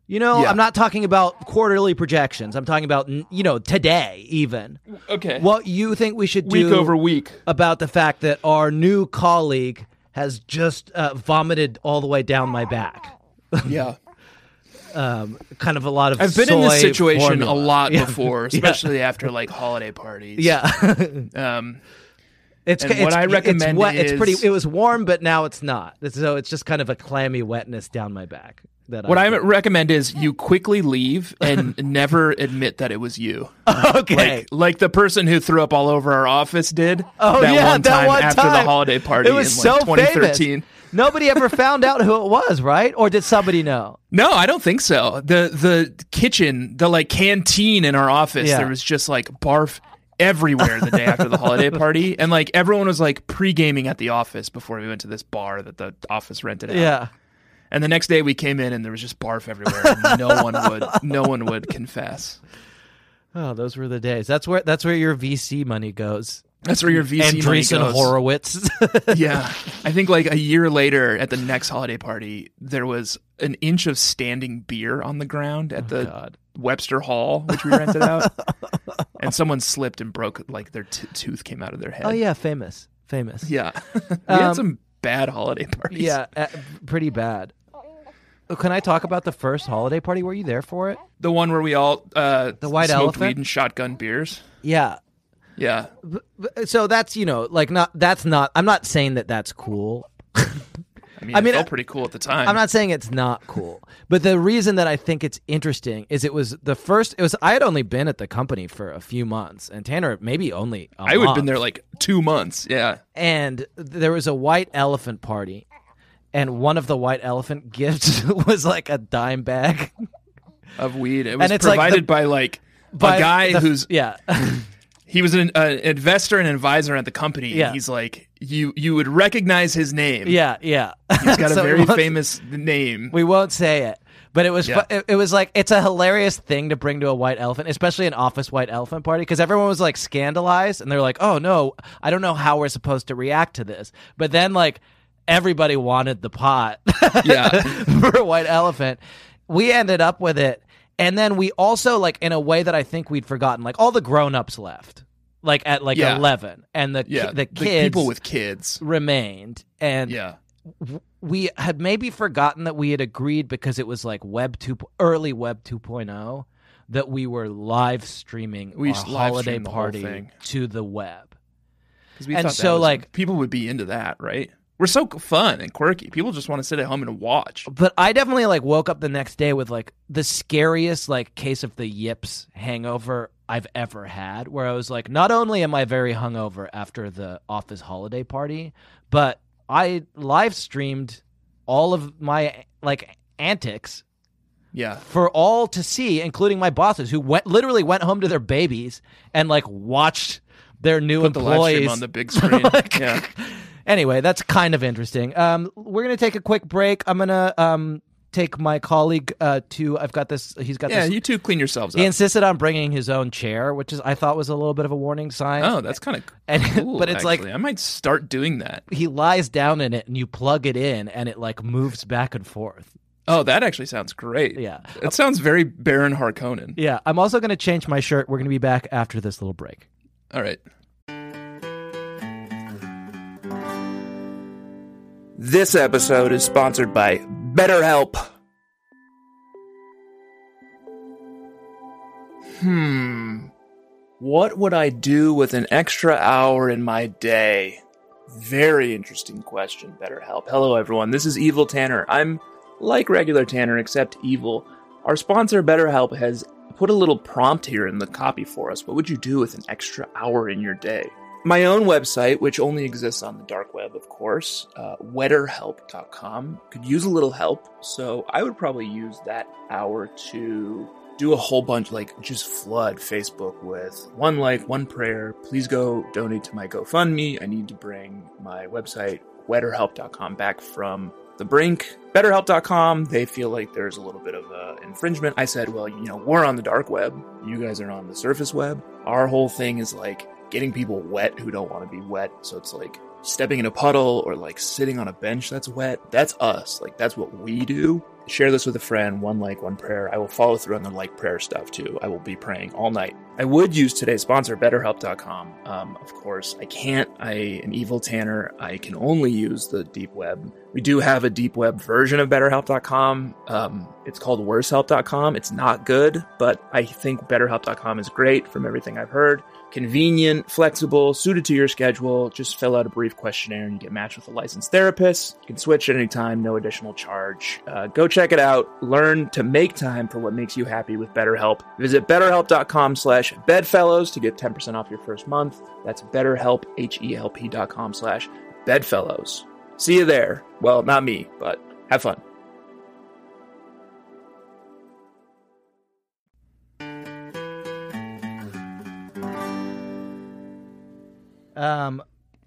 Speaker 3: You know,
Speaker 2: Yeah.
Speaker 3: I'm not talking about quarterly projections. I'm talking about n- you know today, even
Speaker 2: Okay,
Speaker 3: what you think we should
Speaker 2: week
Speaker 3: do
Speaker 2: over week.
Speaker 3: about the fact that our new colleague has just uh, vomited all the way down my back.
Speaker 2: Yeah.
Speaker 3: Um, kind of a lot of
Speaker 2: I've been in this
Speaker 3: soy
Speaker 2: situation a
Speaker 3: formula.
Speaker 2: lot
Speaker 3: Yeah.
Speaker 2: before, especially after like holiday parties.
Speaker 3: Yeah,
Speaker 2: Um,
Speaker 3: it's
Speaker 2: And
Speaker 3: it's,
Speaker 2: what I recommend
Speaker 3: it's wet. It's
Speaker 2: is-
Speaker 3: pretty. It was warm, but now it's not. So it's just kind of a clammy wetness down my back. That
Speaker 2: what
Speaker 3: I'm
Speaker 2: I recommend is you quickly leave and never admit that it was you.
Speaker 3: Okay.
Speaker 2: Like, like the person who threw up all over our office did.
Speaker 3: Oh
Speaker 2: that
Speaker 3: yeah,
Speaker 2: one
Speaker 3: that
Speaker 2: time
Speaker 3: one
Speaker 2: after
Speaker 3: time.
Speaker 2: the holiday party
Speaker 3: It was
Speaker 2: in like
Speaker 3: so
Speaker 2: 2013.
Speaker 3: famous. Nobody ever found out who it was, right? Or did somebody know?
Speaker 2: No, I don't think so. The the kitchen, the like canteen in our office,
Speaker 3: Yeah.
Speaker 2: there was just like barf everywhere the day after the holiday party, and like everyone was like pre gaming at the office before we went to this bar that the office rented out.
Speaker 3: Yeah.
Speaker 2: And the next day we came in and there was just barf everywhere. And no one would no one would confess.
Speaker 3: Oh, those were the days. That's where that's where your VC money goes.
Speaker 2: That's where your VC money
Speaker 3: Andreessen
Speaker 2: goes.
Speaker 3: Horowitz.
Speaker 2: Yeah, I think like a year later at the next holiday party, there was an inch of standing beer on the ground at the
Speaker 3: Oh, God.
Speaker 2: Webster Hall, which we rented out, and someone slipped and broke like their t- tooth came out of their head.
Speaker 3: oh yeah, famous, famous.
Speaker 2: yeah. we
Speaker 3: Um,
Speaker 2: had some bad holiday parties.
Speaker 3: Yeah, uh, pretty bad. Oh, Can I talk about the first holiday party? Were you there for it?
Speaker 2: the one where we all uh,
Speaker 3: The white
Speaker 2: smoked
Speaker 3: elephant?
Speaker 2: weed and shotgun beers.
Speaker 3: Yeah.
Speaker 2: Yeah,
Speaker 3: B- b- Uh, So that's you know like not that's not. I'm not saying that that's cool.
Speaker 2: I mean,
Speaker 3: I
Speaker 2: it
Speaker 3: mean,
Speaker 2: felt
Speaker 3: I-
Speaker 2: pretty cool at the time.
Speaker 3: I'm not saying it's not cool, but the reason that I think it's interesting is it was the first. It was I had only been at the company for a few months, and Tanner maybe only. I
Speaker 2: I would have been there like two months. Yeah.
Speaker 3: and there was a white elephant party, and one of the white elephant gifts was like a dime bag
Speaker 2: of weed. It was
Speaker 3: it's like the-
Speaker 2: provided by like
Speaker 3: But
Speaker 2: a guy
Speaker 3: the-
Speaker 2: who's
Speaker 3: yeah.
Speaker 2: he was an uh, investor and advisor at the company.
Speaker 3: Yeah.
Speaker 2: And he's like you you would recognize his name.
Speaker 3: Yeah, yeah.
Speaker 2: he's got
Speaker 3: So
Speaker 2: a
Speaker 3: it
Speaker 2: very
Speaker 3: was-
Speaker 2: famous name.
Speaker 3: We won't say it, but it was fu-
Speaker 2: Yeah.
Speaker 3: it, it was like it's a hilarious thing to bring to a white elephant, especially an office white elephant party, because everyone was like scandalized and they're like, "Oh no, I don't know how we're supposed to react to this." But then like everybody wanted the pot
Speaker 2: Yeah.
Speaker 3: for a white elephant. We ended up with it, and then we also like in a way that I think we'd forgotten, like all the grown ups left, like at like
Speaker 2: Yeah.
Speaker 3: eleven, and the ki-
Speaker 2: yeah,
Speaker 3: the kids
Speaker 2: people with kids.
Speaker 3: remained, and
Speaker 2: Yeah,
Speaker 3: we had maybe forgotten that we had agreed because it was like web 2 early web 2.0 that we were live streaming
Speaker 2: We
Speaker 3: our
Speaker 2: just live
Speaker 3: holiday
Speaker 2: streamed the whole
Speaker 3: party
Speaker 2: thing.
Speaker 3: to the web
Speaker 2: because we
Speaker 3: And
Speaker 2: thought that
Speaker 3: so,
Speaker 2: was-
Speaker 3: like-
Speaker 2: people would be into that, right? We're so fun and quirky. People just want to sit at home and watch.
Speaker 3: but i definitely like woke up the next day with like the scariest like case of the yips hangover i've ever had where i was like not only am i very hungover after the office holiday party but i live streamed all of my like antics
Speaker 2: Yeah,
Speaker 3: for all to see, including my bosses who went literally went home to their babies and like watched their new
Speaker 2: put the live
Speaker 3: employees.
Speaker 2: stream on the big screen.
Speaker 3: Like-
Speaker 2: yeah,
Speaker 3: anyway, that's kind of interesting. Um, we're gonna take a quick break. I'm gonna um take my colleague uh to. I've got this. He's got
Speaker 2: yeah.
Speaker 3: this.
Speaker 2: You two clean yourselves up.
Speaker 3: he insisted on bringing his own chair, which is I thought was a little bit of a warning sign.
Speaker 2: oh, that's kind of
Speaker 3: and-
Speaker 2: cool.
Speaker 3: but it's like-
Speaker 2: actually. I might start doing that.
Speaker 3: He lies down in it, and you plug it in, and it like moves back and forth.
Speaker 2: Oh, that actually sounds great.
Speaker 3: Yeah.
Speaker 2: It sounds very Baron Harkonnen.
Speaker 3: Yeah, I'm also gonna change my shirt. We're gonna be back after this little break.
Speaker 2: All right.
Speaker 4: This episode is sponsored by BetterHelp. Hmm.
Speaker 2: What would I do with an extra hour in my day? very interesting question, BetterHelp. Hello, everyone. This is Evil Tanner. I'm like regular Tanner, except evil. Our sponsor, BetterHelp, has put a little prompt here in the copy for us. What would you do with an extra hour in your day? My own website, which only exists on the dark web, of course, uh, wetterhelp.com, could use a little help. So I would probably use that hour to do a whole bunch, like just flood Facebook with one like, one prayer. Please go donate to my GoFundMe. I need to bring my website, wetterhelp.com, back from the brink. BetterHelp.com, they feel like there's a little bit of uh, infringement. I said, well, you know, we're on the dark web. You guys are on the surface web. Our whole thing is like getting people wet who don't want to be wet. So it's like stepping in a puddle or like sitting on a bench that's wet. That's us. Like, that's what we do. Share this with a friend, one like, one prayer. I will follow through on the like prayer stuff too. I will be praying all night. I would use today's sponsor, BetterHelp.com. Um, of course, I can't. I am evil Tanner. I can only use the deep web. We do have a deep web version of BetterHelp.com. Um, it's called WorseHelp.com. It's not good, but I think BetterHelp.com is great from everything I've heard. Convenient, flexible, suited to your schedule. Just fill out a brief questionnaire and you get matched with a licensed therapist. You can switch at any time, no additional charge. Uh, go check it out. Learn to make time for what makes you happy with BetterHelp. Visit betterhelp.com slash bedfellows to get 10% off your first month. That's betterhelp, H-E-L-P dot com slash bedfellows. See you there. Well, not me, but have fun.
Speaker 3: Um,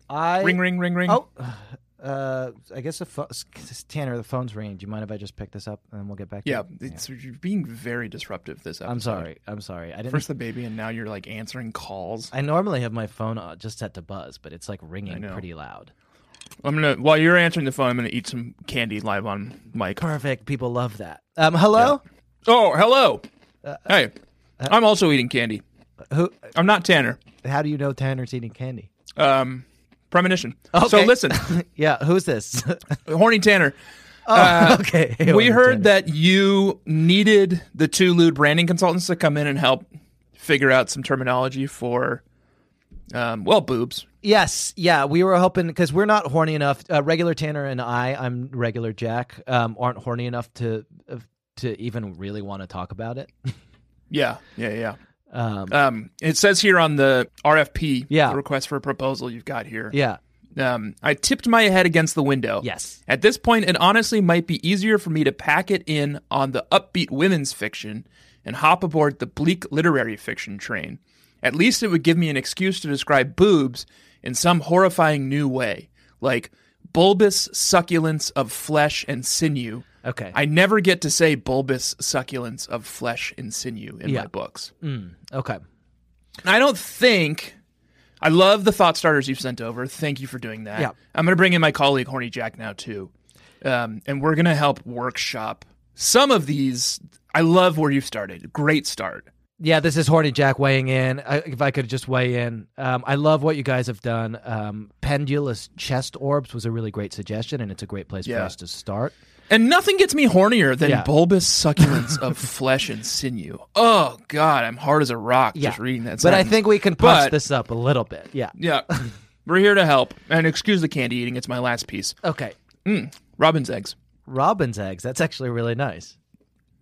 Speaker 3: I
Speaker 5: Ring, ring, ring, ring.
Speaker 3: Oh, uh, I guess the pho- s- s- Tanner, the phone's ringing. Do you mind if I just pick this up and then we'll get back?
Speaker 5: Yeah,
Speaker 3: to it?
Speaker 5: it's, you're being very disruptive this episode.
Speaker 3: I'm sorry. I'm sorry. I didn't.
Speaker 5: First the baby, and now you're like answering calls.
Speaker 3: I normally have my phone uh, just set to buzz, but it's like ringing
Speaker 5: know.
Speaker 3: pretty loud.
Speaker 5: I'm gonna while you're answering the phone, I'm gonna eat some candy live on mic.
Speaker 3: Perfect. People love that. Um, hello.
Speaker 5: Oh, hello. hey, I'm also eating candy.
Speaker 3: Who?
Speaker 5: I'm not Tanner.
Speaker 3: How do you know Tanner's eating candy?
Speaker 5: Um, premonition. So
Speaker 3: Okay.
Speaker 5: listen,
Speaker 3: yeah. Who's this?
Speaker 5: horny Tanner.
Speaker 3: oh, okay.
Speaker 5: Uh, we heard that you needed the two lewd branding consultants to come in and help figure out some terminology for, um, well, boobs.
Speaker 3: Yes, yeah, we were hoping because we're not horny enough. Uh, regular Tanner and I, I'm regular Jack, um, aren't horny enough to uh, to even really want to talk about it.
Speaker 5: Yeah, yeah, yeah.
Speaker 3: Um,
Speaker 5: Um, it says here on the RFP,
Speaker 3: Yeah.
Speaker 5: the request for a proposal you've got here.
Speaker 3: yeah,
Speaker 5: Um, I tipped my head against the window.
Speaker 3: yes,
Speaker 5: At this point, it honestly might be easier for me to pack it in on the upbeat women's fiction and hop aboard the bleak literary fiction train. At least it would give me an excuse to describe boobs in some horrifying new way, like bulbous succulence of flesh and sinew.
Speaker 3: okay,
Speaker 5: I never get to say bulbous succulence of flesh and sinew in
Speaker 3: Yeah. Mm.
Speaker 5: my books.
Speaker 3: okay,
Speaker 5: I don't think. I love the thought starters you've sent over. Thank you for doing that.
Speaker 3: Yeah.
Speaker 5: I'm going to bring in my colleague, Horny Jack, now, too. Um, and we're going to help workshop some of these. I love where you've started. Great start.
Speaker 3: yeah. This is horny Jack weighing in. I, if I could just weigh in, um, I love what you guys have done. Um, pendulous chest orbs was a really great suggestion, and it's a great place for
Speaker 5: Yeah.
Speaker 3: us to start.
Speaker 5: And nothing gets me hornier than
Speaker 3: Yeah.
Speaker 5: bulbous succulence of flesh and sinew. Oh, God, I'm hard as a rock
Speaker 3: Yeah,
Speaker 5: just reading that
Speaker 3: but I
Speaker 5: sentence.
Speaker 3: think we can punch
Speaker 5: But-
Speaker 3: this up a little bit. Yeah,
Speaker 5: Yeah. We're here to help. And excuse the candy eating. It's my last piece.
Speaker 3: okay.
Speaker 5: Robin's eggs.
Speaker 3: robin's eggs. That's actually really nice.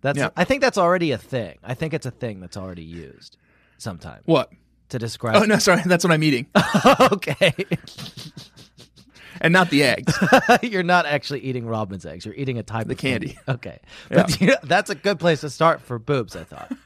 Speaker 3: That's
Speaker 5: Yeah.
Speaker 3: I think that's already a thing. I think it's a thing that's already used sometimes
Speaker 5: What?
Speaker 3: to describe.
Speaker 5: Oh, no, sorry. That's what I'm eating.
Speaker 3: okay,
Speaker 5: and not the eggs,
Speaker 3: you're not actually eating robin's eggs. You're eating a type
Speaker 5: the
Speaker 3: of candy.
Speaker 5: candy.
Speaker 3: Okay, but you- that's a good place to start for boobs. I thought.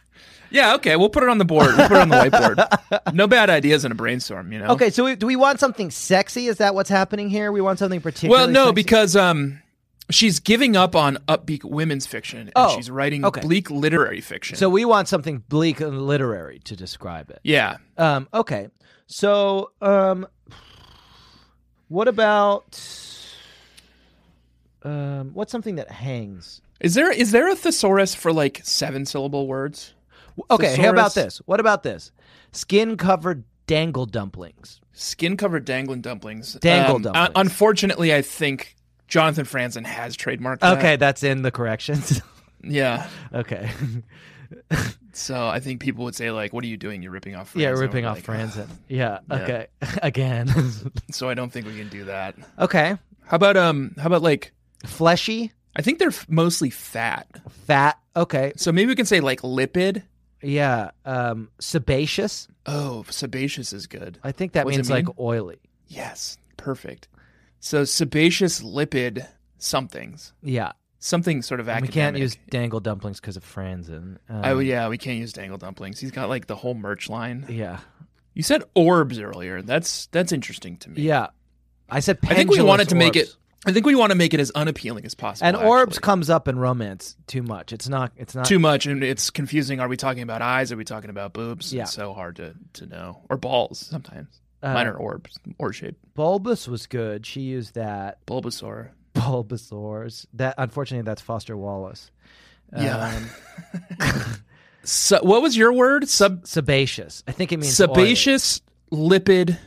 Speaker 5: Yeah, okay. We'll put it on the board. We'll put it on the whiteboard. No bad ideas in a brainstorm, you know.
Speaker 3: Okay, so we, do we want something sexy? Is that what's happening here? We want something particular.
Speaker 5: Well, no, because um, she's giving up on upbeat women's fiction and
Speaker 3: Oh,
Speaker 5: she's writing
Speaker 3: okay.
Speaker 5: bleak literary fiction.
Speaker 3: so we want something bleak and literary to describe it.
Speaker 5: yeah,
Speaker 3: Um, okay. So, um, what about um, what's something that hangs?
Speaker 5: is there is there a thesaurus for like seven syllable words?
Speaker 3: Okay, how about
Speaker 5: Thesaurus.
Speaker 3: this? What about this? Skin covered dangle dumplings.
Speaker 5: Skin covered dangling dumplings.
Speaker 3: Dangle
Speaker 5: Um,
Speaker 3: dumplings.
Speaker 5: un- unfortunately, I think Jonathan Franzen has trademarked. that.
Speaker 3: Okay, that's in the corrections.
Speaker 5: Yeah.
Speaker 3: okay.
Speaker 5: So I think people would say like, "What are you doing? You're ripping off." Friends.
Speaker 3: yeah,
Speaker 5: And we're
Speaker 3: ripping off
Speaker 5: like,
Speaker 3: friends. yeah.
Speaker 5: Yeah.
Speaker 3: Okay. Again.
Speaker 5: So I don't think we can do that.
Speaker 3: okay.
Speaker 5: How about um? How about like?
Speaker 3: Fleshy,
Speaker 5: I think they're f- mostly fat.
Speaker 3: fat. Okay.
Speaker 5: So maybe we can say like lipid.
Speaker 3: Yeah. Um, sebaceous.
Speaker 5: Oh, sebaceous is good.
Speaker 3: I think that
Speaker 5: What's it
Speaker 3: means
Speaker 5: mean?
Speaker 3: like oily.
Speaker 5: Yes, perfect. So sebaceous lipid somethings,
Speaker 3: Yeah.
Speaker 5: something sort of
Speaker 3: And We
Speaker 5: academic.
Speaker 3: can't use dangle dumplings because of Franzen. Um,
Speaker 5: Oh yeah, we can't use dangle dumplings. He's got like the whole merch line.
Speaker 3: Yeah.
Speaker 5: You said orbs earlier. That's that's interesting to me.
Speaker 3: Yeah. I said
Speaker 5: I think we
Speaker 3: pendulous
Speaker 5: wanted to make it.
Speaker 3: orbs.
Speaker 5: I think we want to make it as unappealing as possible.
Speaker 3: And orbs
Speaker 5: actually.
Speaker 3: comes up in romance too much. It's not. It's not.
Speaker 5: too much, and it's confusing. Are we talking about eyes? Are we talking about boobs?
Speaker 3: Yeah.
Speaker 5: It's so hard to to know. Or balls sometimes.
Speaker 3: uh,
Speaker 5: Mine are orbs, orb shaped.
Speaker 3: Bulbous was good. She used that.
Speaker 5: Bulbasaur.
Speaker 3: Bulbasaur's. That unfortunately, that's Foster Wallace. Um,
Speaker 5: Yeah. So, Um, what was your word? Sub
Speaker 3: sebaceous. I think it means oily.
Speaker 5: sebaceous lipid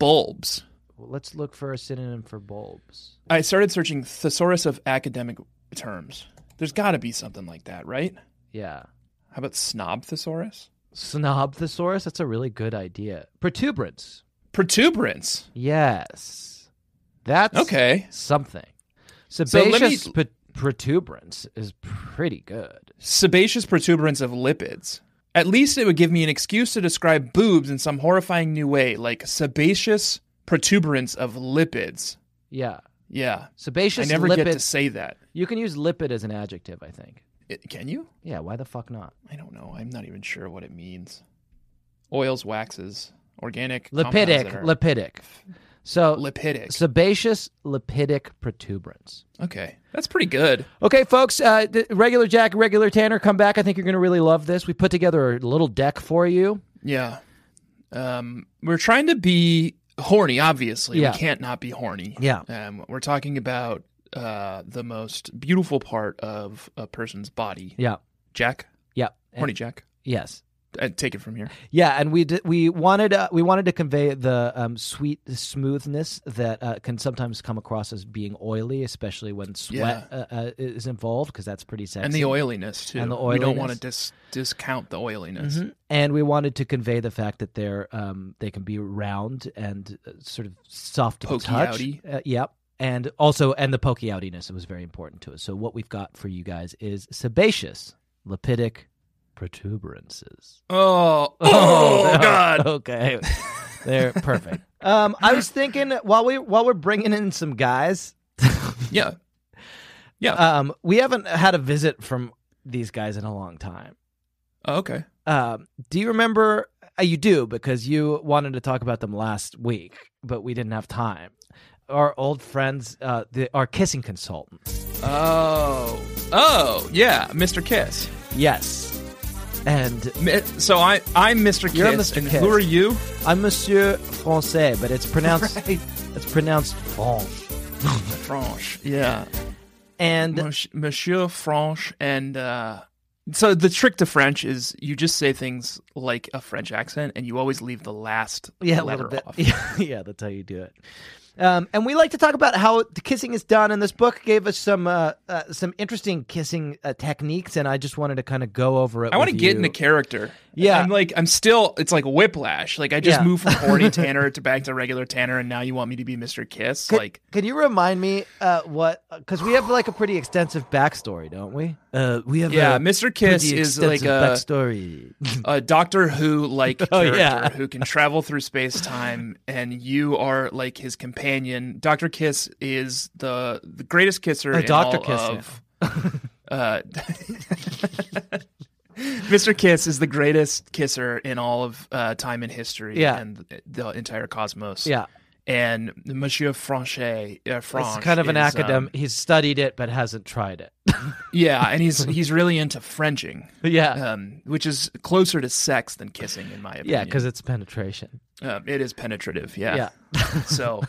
Speaker 5: bulbs.
Speaker 3: Let's look for a synonym for bulbs.
Speaker 5: I started searching thesaurus of academic terms. There's got to be something like that, right?
Speaker 3: Yeah.
Speaker 5: How about snob thesaurus?
Speaker 3: Snob thesaurus. That's a really good idea. Protuberance.
Speaker 5: Protuberance.
Speaker 3: Yes. That's
Speaker 5: Okay.
Speaker 3: something.
Speaker 5: let me-
Speaker 3: Sebaceous pro- protuberance is pretty good.
Speaker 5: Sebaceous protuberance of lipids. At least it would give me an excuse to describe boobs in some horrifying new way, like sebaceous protuberance of lipids.
Speaker 3: Yeah.
Speaker 5: Yeah. I
Speaker 3: Sebaceous
Speaker 5: never
Speaker 3: lipid.
Speaker 5: get to say that.
Speaker 3: You can use lipid as an adjective, I think.
Speaker 5: It- can you?
Speaker 3: Yeah, why the fuck not?
Speaker 5: I don't know. I'm not even sure what it means. Oils, waxes, organic, compounds
Speaker 3: Lipidic,
Speaker 5: that are-
Speaker 3: lipidic. So
Speaker 5: lipidic.
Speaker 3: sebaceous lipidic protuberance.
Speaker 5: okay, that's pretty good.
Speaker 3: Okay, folks, uh, th- regular Jack, regular Tanner, come back. I think you're going to really love this. We put together a little deck for you.
Speaker 5: Yeah, um, we're trying to be horny. Obviously,
Speaker 3: Yeah.
Speaker 5: we can't not be horny.
Speaker 3: Yeah.
Speaker 5: um, we're talking about uh, the most beautiful part of a person's body.
Speaker 3: Yeah,
Speaker 5: Jack,
Speaker 3: yeah, And-
Speaker 5: horny Jack.
Speaker 3: yes,
Speaker 5: Uh, take it from here.
Speaker 3: yeah. And we d- we wanted uh, we wanted to convey the um, sweet smoothness that uh, can sometimes come across as being oily, especially when sweat uh, uh, is involved, because that's pretty sexy.
Speaker 5: And the oiliness too.
Speaker 3: And the
Speaker 5: We don't
Speaker 3: oiliness.
Speaker 5: want to dis- discount the oiliness.
Speaker 3: Mhm. And we wanted to convey the fact that they're um, they can be round and uh, sort of soft to the
Speaker 5: Pokey
Speaker 3: touch.
Speaker 5: outy.
Speaker 3: Uh, yep. And also, and the pokey outiness was very important to us. So what we've got for you guys is sebaceous lipidic protuberances.
Speaker 5: Oh, oh,
Speaker 3: they're-
Speaker 5: God.
Speaker 3: Okay, they're perfect. Um, I was thinking while we while we're bringing in some guys,
Speaker 5: Yeah.
Speaker 3: um, we haven't had a visit from these guys in a long time.
Speaker 5: Oh, okay.
Speaker 3: Um, do you remember? Uh, you do because you wanted to talk about them last week, but we didn't have time. Our old friends, uh, the, our kissing consultant.
Speaker 5: Oh. Oh, yeah, Mr. Kiss.
Speaker 3: Yes, and
Speaker 5: Mi- So I I'm Mr. Kiss.
Speaker 3: You're Mr.
Speaker 5: And
Speaker 3: Kiss.
Speaker 5: who are you?
Speaker 3: I'm Monsieur Francais, but it's pronounced it's pronounced Franche.
Speaker 5: Franche. Yeah.
Speaker 3: And
Speaker 5: Mons- Monsieur Franche and uh so the trick to French is you just say things like a French accent and you always leave the last
Speaker 3: yeah, a
Speaker 5: letter
Speaker 3: little bit.
Speaker 5: off.
Speaker 3: Yeah, yeah, that's how you do it. Um, and we like to talk about how the kissing is done, and this book gave us some uh, uh, some interesting kissing uh, techniques, and I just wanted to kind of go over it.
Speaker 5: I want to
Speaker 3: with
Speaker 5: get
Speaker 3: you.
Speaker 5: into character.
Speaker 3: Yeah.
Speaker 5: I'm like I'm still it's like whiplash. Like I just
Speaker 3: Yeah.
Speaker 5: moved from horny Tanner to back to regular Tanner and now you want me to be Mr. Kiss?
Speaker 3: Could,
Speaker 5: Like
Speaker 3: could you remind me uh, what? Because we have like a pretty extensive backstory, don't we? Uh, we have
Speaker 5: yeah, Mr. Kiss is like uh, a
Speaker 3: backstory.
Speaker 5: a Doctor Who like
Speaker 3: Oh,
Speaker 5: character
Speaker 3: yeah.
Speaker 5: who can travel through space time, and you are like his companion. Doctor Kiss is the the greatest kisser.
Speaker 3: Oh,
Speaker 5: in
Speaker 3: Dr.
Speaker 5: all
Speaker 3: Kiss
Speaker 5: Of, uh, Mr. Kiss is the greatest kisser in all of uh, time and history,
Speaker 3: Yeah.
Speaker 5: and the entire cosmos.
Speaker 3: yeah,
Speaker 5: and Monsieur Franchet, uh,
Speaker 3: it's
Speaker 5: France
Speaker 3: kind of an
Speaker 5: is, um,
Speaker 3: academic. He's studied it but hasn't tried it.
Speaker 5: yeah, and he's he's really into Frenching.
Speaker 3: yeah,
Speaker 5: Um, which is closer to sex than kissing, in my
Speaker 3: Uh, yeah,
Speaker 5: opinion.
Speaker 3: because it's penetration.
Speaker 5: Um, it is penetrative, yeah.
Speaker 3: Yeah,
Speaker 5: so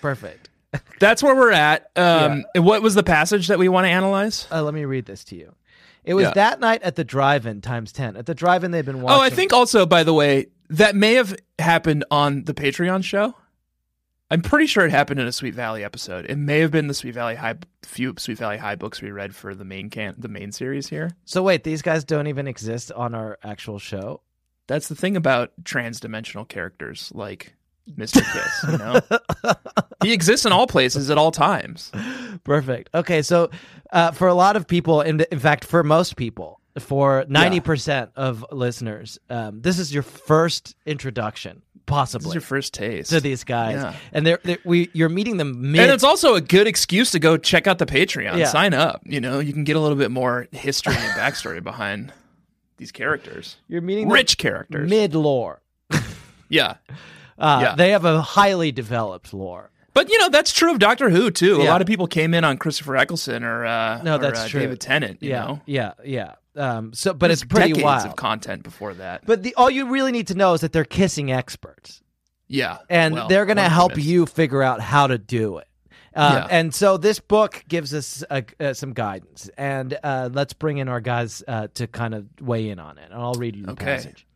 Speaker 3: perfect.
Speaker 5: that's where we're at. Um,
Speaker 3: Yeah.
Speaker 5: and What was the passage that we want to analyze?
Speaker 3: Uh, let me read this to you. It was
Speaker 5: Yeah.
Speaker 3: that night at the drive-in times ten. At the drive-in, they've been watching.
Speaker 5: Oh, I think also, by the way, that may have happened on the Patreon show. I'm pretty sure it happened in a Sweet Valley episode. It may have been the Sweet Valley High few Sweet Valley High books we read for the main can the main series here.
Speaker 3: So wait, these guys don't even exist on our actual show.
Speaker 5: That's the thing about trans-dimensional characters like Mr. Kiss, you know? he exists in all places at all times.
Speaker 3: Perfect. Okay, so uh, for a lot of people, in, in fact, for most people, for ninety percent of listeners, um, this is your first introduction,
Speaker 5: This
Speaker 3: possibly,
Speaker 5: is your first taste.
Speaker 3: to these guys,
Speaker 5: Yeah.
Speaker 3: and they're, they're we you're meeting them mid.
Speaker 5: and it's also a good excuse to go check out the Patreon.
Speaker 3: Yeah.
Speaker 5: Sign up. You know, you can get a little bit more history and backstory behind these characters.
Speaker 3: you're meeting
Speaker 5: Rich
Speaker 3: them
Speaker 5: characters.
Speaker 3: mid lore.
Speaker 5: yeah.
Speaker 3: Uh,
Speaker 5: Yeah.
Speaker 3: They have a highly developed lore.
Speaker 5: But you know that's true of Doctor Who too. A
Speaker 3: Yeah.
Speaker 5: lot of people came in on Christopher Eccleston or uh,
Speaker 3: No,
Speaker 5: or,
Speaker 3: that's
Speaker 5: uh,
Speaker 3: true.
Speaker 5: David Tennant. You
Speaker 3: yeah,
Speaker 5: know,
Speaker 3: yeah, yeah. Um, so, but it's
Speaker 5: There's
Speaker 3: pretty
Speaker 5: decades
Speaker 3: wild.
Speaker 5: of content before that.
Speaker 3: but the, all you really need to know is that they're kissing experts.
Speaker 5: yeah,
Speaker 3: and
Speaker 5: well,
Speaker 3: they're going to
Speaker 5: one
Speaker 3: help
Speaker 5: missed.
Speaker 3: you figure out how to do it. Um,
Speaker 5: Yeah.
Speaker 3: And so this book gives us uh, uh, some guidance, and uh, let's bring in our guys uh, to kind of weigh in on it. And I'll read you the
Speaker 5: Okay.
Speaker 3: passage.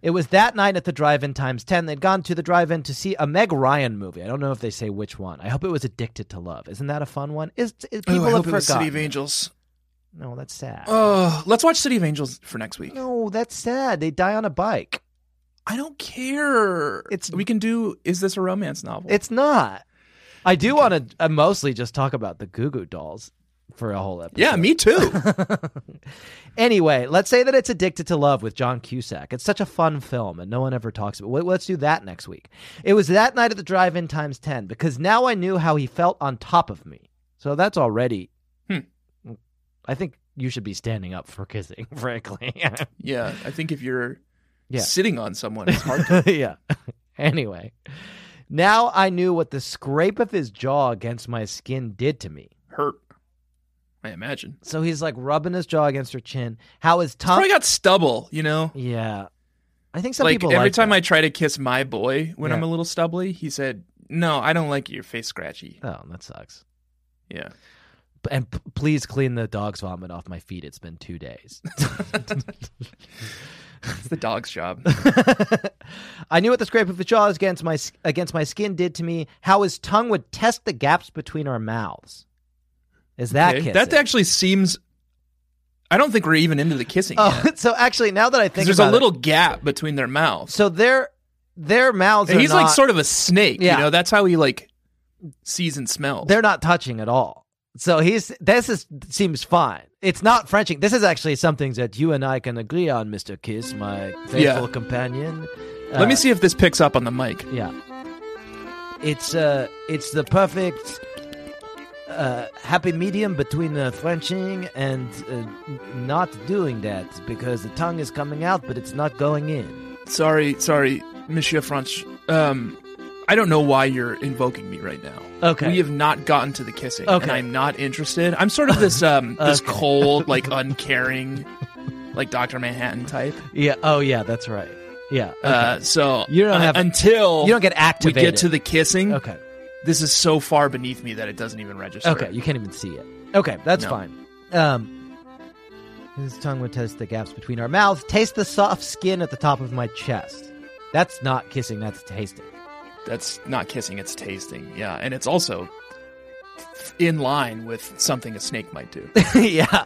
Speaker 3: It was that night at the drive-in times ten. They'd gone to the drive-in to see a Meg Ryan movie. I don't know if they say which one. I hope it was Addicted to Love. Isn't that a fun one? Is, is
Speaker 5: Ooh,
Speaker 3: people
Speaker 5: Oh, I
Speaker 3: have
Speaker 5: hope it
Speaker 3: forgotten?
Speaker 5: was City of Angels.
Speaker 3: No, that's sad.
Speaker 5: Oh, let's watch City of Angels for next week.
Speaker 3: No, that's sad. They die on a bike.
Speaker 5: I don't care.
Speaker 3: It's-
Speaker 5: we can do. Is this a romance novel?
Speaker 3: It's not. I do want to uh, mostly just talk about the Goo Goo Dolls for a whole episode.
Speaker 5: yeah, me too.
Speaker 3: Anyway, let's say that it's Addicted to Love with John Cusack. It's such a fun film, and no one ever talks about it. Let's do that next week. It was that night at the drive in times 10 because now I knew how he felt on top of me. So that's already.
Speaker 5: Hmm.
Speaker 3: I think you should be standing up for kissing, frankly.
Speaker 5: yeah, I think if you're
Speaker 3: Yeah.
Speaker 5: sitting on someone, it's hard. to...
Speaker 3: yeah. Anyway, now I knew what the scrape of his jaw against my skin did to me.
Speaker 5: Hurt. I imagine.
Speaker 3: So he's like rubbing his jaw against her chin. How his tongue.
Speaker 5: Probably got stubble. You know,
Speaker 3: yeah. I think some
Speaker 5: like
Speaker 3: people
Speaker 5: every
Speaker 3: like
Speaker 5: time
Speaker 3: that.
Speaker 5: I try to kiss my boy when
Speaker 3: Yeah.
Speaker 5: I'm a little stubbly, he said, "No, I don't like your face scratchy."
Speaker 3: Oh, that sucks.
Speaker 5: Yeah.
Speaker 3: P- And p- please clean the dog's vomit off my feet. It's been two days.
Speaker 5: It's the dog's job.
Speaker 3: I knew what the scrape of his jaw against my s- against my skin did to me. How his tongue would test the gaps between our mouths. Is that
Speaker 5: Okay?
Speaker 3: kissing?
Speaker 5: That actually seems. I don't think we're even into the kissing
Speaker 3: Oh,
Speaker 5: yet.
Speaker 3: so actually, now that I think
Speaker 5: Because there's
Speaker 3: about
Speaker 5: a
Speaker 3: it-
Speaker 5: little gap between their mouths.
Speaker 3: so their their mouths.
Speaker 5: And
Speaker 3: are
Speaker 5: he's like
Speaker 3: not-
Speaker 5: sort of a snake.
Speaker 3: Yeah.
Speaker 5: You know, that's how he like sees and smells.
Speaker 3: they're not touching at all. So he's this is seems fine. It's not Frenching. This is actually something that you and I can agree on, Mister Kiss, my faithful
Speaker 5: Yeah.
Speaker 3: companion.
Speaker 5: Let me
Speaker 3: Uh,
Speaker 5: see if this picks up on the mic.
Speaker 3: Yeah. It's uh it's the perfect uh happy medium between uh, frenching and uh, n- not doing that because the tongue is coming out but it's not going in.
Speaker 5: Sorry, sorry, Monsieur French. Um, I don't know why you're invoking me right now.
Speaker 3: Okay.
Speaker 5: We have not gotten to the kissing,
Speaker 3: Okay.
Speaker 5: and I'm not interested. I'm sort of this um this
Speaker 3: Okay.
Speaker 5: cold, like uncaring, like Doctor Manhattan type.
Speaker 3: Yeah, oh yeah, that's right. Yeah.
Speaker 5: Uh, so
Speaker 3: You don't
Speaker 5: uh,
Speaker 3: have-
Speaker 5: until
Speaker 3: you don't get
Speaker 5: we
Speaker 3: activated.
Speaker 5: get to the kissing.
Speaker 3: Okay.
Speaker 5: This is so far beneath me that it doesn't even register.
Speaker 3: Okay, you can't even see it. Okay, that's
Speaker 5: No.
Speaker 3: fine. Um, his tongue would test the gaps between our mouths. Taste the soft skin at the top of my chest. That's not kissing. That's tasting.
Speaker 5: That's not kissing; it's tasting. Yeah, and it's also in line with something a snake might do.
Speaker 3: yeah.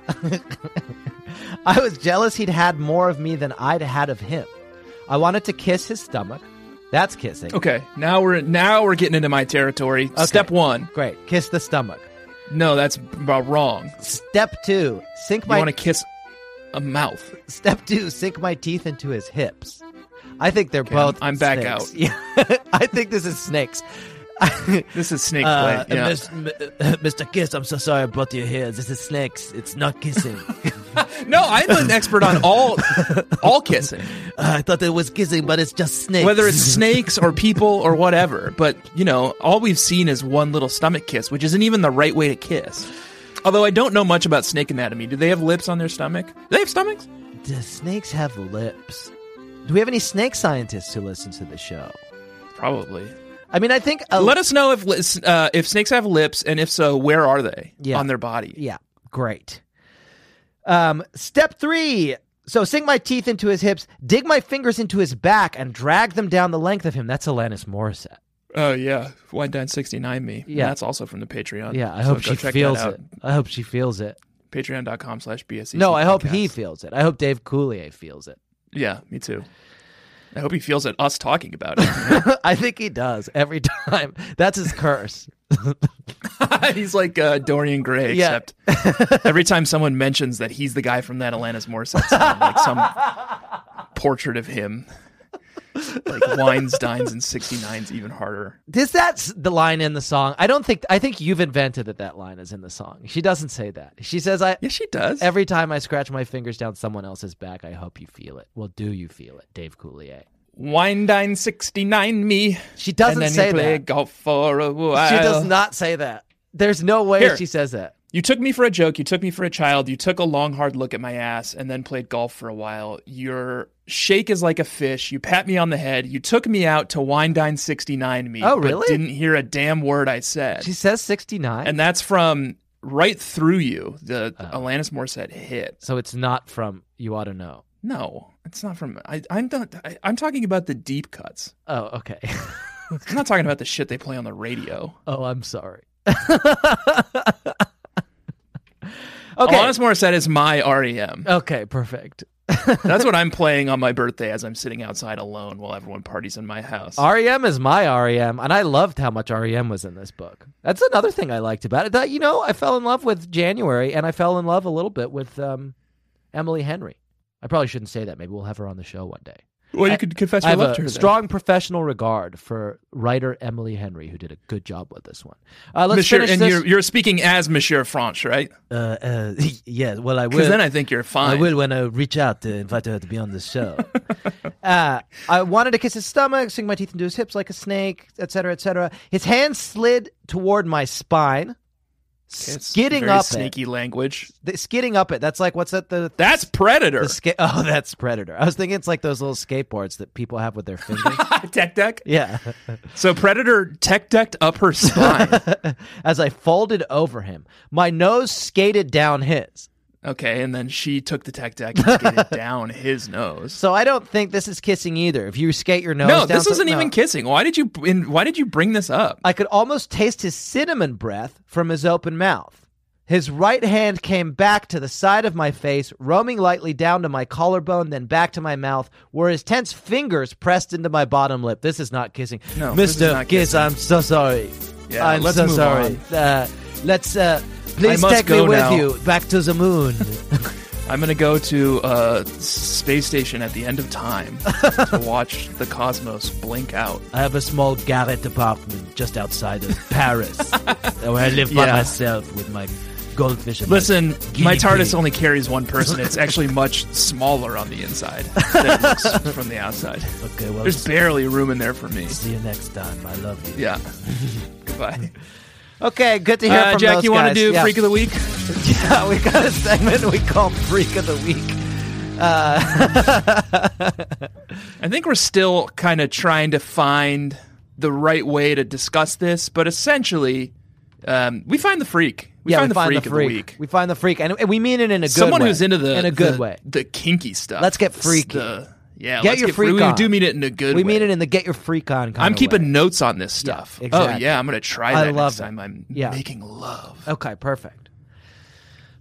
Speaker 3: I was jealous he'd had more of me than I'd had of him. I wanted to kiss his stomach. That's kissing.
Speaker 5: okay, now we're now we're getting into my territory.
Speaker 3: Okay.
Speaker 5: Step one.
Speaker 3: Great. Kiss the stomach.
Speaker 5: No, that's b- wrong.
Speaker 3: Step two. Sink
Speaker 5: You
Speaker 3: my
Speaker 5: want to kiss a mouth.
Speaker 3: Step two, sink my teeth into his hips. I think they're
Speaker 5: I'm-
Speaker 3: both.
Speaker 5: I'm back
Speaker 3: snakes.
Speaker 5: out.
Speaker 3: Yeah, I think this is snakes.
Speaker 5: This is snake
Speaker 3: Uh,
Speaker 5: play. Yeah.
Speaker 3: Miss- m- Mr. Kiss, I'm so sorry I brought you here. This is snakes. It's not kissing.
Speaker 5: No, I'm an expert on all all kissing,
Speaker 3: Uh, I thought it was kissing, but it's just snakes.
Speaker 5: whether it's snakes or people or whatever. But you know, all we've seen is one little stomach kiss, which isn't even the right way to kiss. Although I don't know much about snake anatomy. Do they have lips on their stomach? Do they have stomachs?
Speaker 3: Do snakes have lips? Do we have any snake scientists who listen to the show?
Speaker 5: Probably.
Speaker 3: I mean, I think. A,
Speaker 5: Oh. Let us know if li- s- uh, if snakes have lips, and if so, where are they
Speaker 3: Yeah.
Speaker 5: on their body?
Speaker 3: Yeah, great. Um, step three. So sink my teeth into his hips, dig my fingers into his back, and drag them down the length of him. That's Alanis Morissette.
Speaker 5: Oh yeah, wine down sixty nine me.
Speaker 3: Yeah.
Speaker 5: Yeah, that's also from the Patreon.
Speaker 3: Yeah, I
Speaker 5: So
Speaker 3: hope
Speaker 5: go
Speaker 3: she
Speaker 5: check that
Speaker 3: feels
Speaker 5: out.
Speaker 3: it. I hope she feels it.
Speaker 5: Patreon.com slash E BSC.
Speaker 3: No, I hope he feels it. I hope Dave Coulier feels it.
Speaker 5: Yeah, me too. I hope he feels at us talking about it.
Speaker 3: I think he does every time. That's his curse.
Speaker 5: he's like uh, Dorian Gray,
Speaker 3: Yeah.
Speaker 5: except every time someone mentions that he's the guy from that Alanis Morissette song, like some portrait of him, like wines, dines, and sixty nines, even harder.
Speaker 3: Is that s- the line in the song? I don't think. I think you've invented that that line is in the song. She doesn't say that. She says, "I."
Speaker 5: Yeah, she does.
Speaker 3: Every time I scratch my fingers down someone else's back, I hope you feel it. Well, do you feel it, Dave Coulier?
Speaker 5: wine, dine, sixty nine me.
Speaker 3: She
Speaker 5: and
Speaker 3: doesn't
Speaker 5: then
Speaker 3: say
Speaker 5: you play
Speaker 3: that.
Speaker 5: golf for a while.
Speaker 3: She does not say that. There's no way
Speaker 5: Here.
Speaker 3: she says that.
Speaker 5: You took me for a joke. You took me for a child. You took a long, hard look at my ass and then played golf for a while. Your shake is like a fish. You pat me on the head. You took me out to wine dine 69 me.
Speaker 3: Oh,
Speaker 5: but
Speaker 3: really?
Speaker 5: didn't hear a damn word I said.
Speaker 3: She says 69.
Speaker 5: and that's from Right Through You, the
Speaker 3: Oh.
Speaker 5: the Alanis Morissette hit.
Speaker 3: so it's not from You Ought to Know.
Speaker 5: No, it's not from. I, I'm not, I, I'm talking about the deep cuts.
Speaker 3: Oh, okay.
Speaker 5: I'm not talking about the shit they play on the radio.
Speaker 3: oh, I'm sorry.
Speaker 5: Okay.
Speaker 3: okay.
Speaker 5: Alanis Morissette is my REM.
Speaker 3: okay, perfect.
Speaker 5: That's what I'm playing on my birthday as I'm sitting outside alone while everyone parties in my
Speaker 3: E
Speaker 5: house.
Speaker 3: REM is my REM, and I loved how much REM was in this book. That's another thing I liked about it. That you know, I fell in love with January, and I fell in love a little bit with um, Emily Henry. I probably shouldn't say that. Maybe we'll have her on the show one day.
Speaker 5: Well,
Speaker 3: I-
Speaker 5: you could confess
Speaker 3: I have
Speaker 5: your love
Speaker 3: a
Speaker 5: to her. then.
Speaker 3: strong professional regard for writer Emily Henry, who did a good job with this one. Uh, let's
Speaker 5: Monsieur,
Speaker 3: finish
Speaker 5: and
Speaker 3: this.
Speaker 5: you're, you're speaking as Monsieur Franche, right?
Speaker 3: Uh, uh, yeah, well, I
Speaker 5: Because
Speaker 3: will.
Speaker 5: then I think you're
Speaker 3: I
Speaker 5: fine.
Speaker 3: will when I reach out to invite her to be on the show. uh, I wanted to kiss his stomach, sink my teeth into his hips like a snake, etc., etc. His hand slid toward my spine,
Speaker 5: It's
Speaker 3: skidding
Speaker 5: very
Speaker 3: up
Speaker 5: sneaky language.
Speaker 3: it. The- skidding up it. That's like what's that? The,
Speaker 5: That's Predator.
Speaker 3: the ska- oh, that's Predator. I was thinking it's like those little skateboards that people have with their fingers.
Speaker 5: tech deck.
Speaker 3: yeah.
Speaker 5: So Predator tech decked up her spine.
Speaker 3: As I folded over him, my nose skated down his.
Speaker 5: okay, and then she took the tech deck and skated down his nose.
Speaker 3: So I don't think this is kissing either. If you skate your nose,
Speaker 5: No,
Speaker 3: down
Speaker 5: this isn't
Speaker 3: some-
Speaker 5: even
Speaker 3: no.
Speaker 5: kissing. Why did you? In, why did you bring this up?
Speaker 3: I could almost taste his cinnamon breath from his open mouth. His right hand came back to the side of my face, roaming lightly down to my collarbone, then back to my mouth, where his tense fingers pressed into my bottom lip. This is not kissing.
Speaker 5: No, this is
Speaker 3: Mr.
Speaker 5: not
Speaker 3: Kiss,
Speaker 5: kissing.
Speaker 3: I'm so sorry.
Speaker 5: Yeah,
Speaker 3: I'm
Speaker 5: let's
Speaker 3: so
Speaker 5: move
Speaker 3: sorry. Uh, let's, uh, please
Speaker 5: must
Speaker 3: take me
Speaker 5: go
Speaker 3: with
Speaker 5: now.
Speaker 3: you back to the moon.
Speaker 5: I'm gonna go to a space station at the end of time to watch the cosmos blink out.
Speaker 3: I have a small garret apartment just outside of Paris, where I live by
Speaker 5: Yeah.
Speaker 3: myself with my goldfish. and my
Speaker 5: Listen, my
Speaker 3: guinea
Speaker 5: TARDIS
Speaker 3: pig.
Speaker 5: only carries one person. It's actually much smaller on the inside than it looks from the outside.
Speaker 3: Okay, well,
Speaker 5: There's barely room in there for me.
Speaker 3: See you next time. I love you.
Speaker 5: Yeah. Goodbye.
Speaker 3: Okay, good to hear
Speaker 5: Uh,
Speaker 3: from
Speaker 5: Jack,
Speaker 3: those
Speaker 5: you want to
Speaker 3: guys.
Speaker 5: do
Speaker 3: yeah.
Speaker 5: Freak of the Week?
Speaker 3: Yeah, we got a segment we call Freak of the Week.
Speaker 5: I think we're still kind of trying to find the right way to discuss this, but essentially, um, we find the freak. We
Speaker 3: yeah,
Speaker 5: find
Speaker 3: we
Speaker 5: the
Speaker 3: find
Speaker 5: freak
Speaker 3: the
Speaker 5: of
Speaker 3: freak.
Speaker 5: the week.
Speaker 3: We find the freak, and, and we mean it in a good
Speaker 5: Someone
Speaker 3: way.
Speaker 5: who's into the
Speaker 3: in a good
Speaker 5: the-
Speaker 3: way.
Speaker 5: the kinky stuff.
Speaker 3: Let's get
Speaker 5: The-
Speaker 3: freaky.
Speaker 5: yeah,
Speaker 3: Get
Speaker 5: let's
Speaker 3: your
Speaker 5: get free-
Speaker 3: freak
Speaker 5: We
Speaker 3: on.
Speaker 5: do mean it in a good.
Speaker 3: we
Speaker 5: way.
Speaker 3: mean it in the get your freak on. Kind
Speaker 5: I'm
Speaker 3: of
Speaker 5: keeping
Speaker 3: Way.
Speaker 5: notes on this stuff. Oh
Speaker 3: exactly.
Speaker 5: yeah, I'm gonna try
Speaker 3: I
Speaker 5: that
Speaker 3: love
Speaker 5: next
Speaker 3: it.
Speaker 5: time. I'm
Speaker 3: Yeah.
Speaker 5: making love.
Speaker 3: Okay, perfect.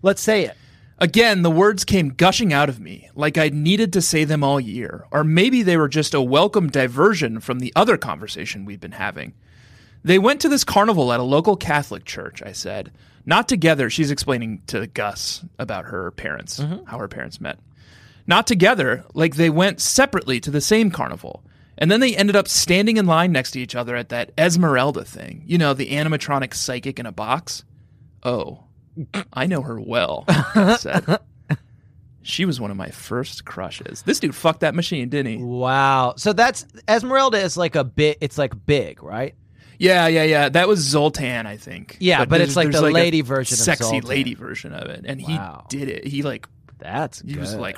Speaker 3: Let's say it.
Speaker 5: Again, the words came gushing out of me, like I'd needed to say them all year, or maybe they were just a welcome diversion from the other conversation we'd been having. They went to this carnival at a local Catholic church, I said. Not together, she's explaining to Gus about her parents, how her parents met. Not together, like they went separately to the same carnival. And then they ended up standing in line next to each other at that Esmeralda thing. You know, the animatronic psychic in a box. Oh, I know her well, Gus said. She was one of my first crushes. This dude fucked that machine, didn't he?
Speaker 3: Wow. So that's Esmeralda is like a bit. It's like big, right?
Speaker 5: Yeah, yeah, yeah. That was Zoltan, I think.
Speaker 3: Yeah, but
Speaker 5: there's-
Speaker 3: it's like
Speaker 5: there's
Speaker 3: the
Speaker 5: a
Speaker 3: lady version of
Speaker 5: sexy
Speaker 3: Zoltan.
Speaker 5: lady version of it, and
Speaker 3: Wow.
Speaker 5: he did it. He like
Speaker 3: That's
Speaker 5: he was
Speaker 3: good.
Speaker 5: like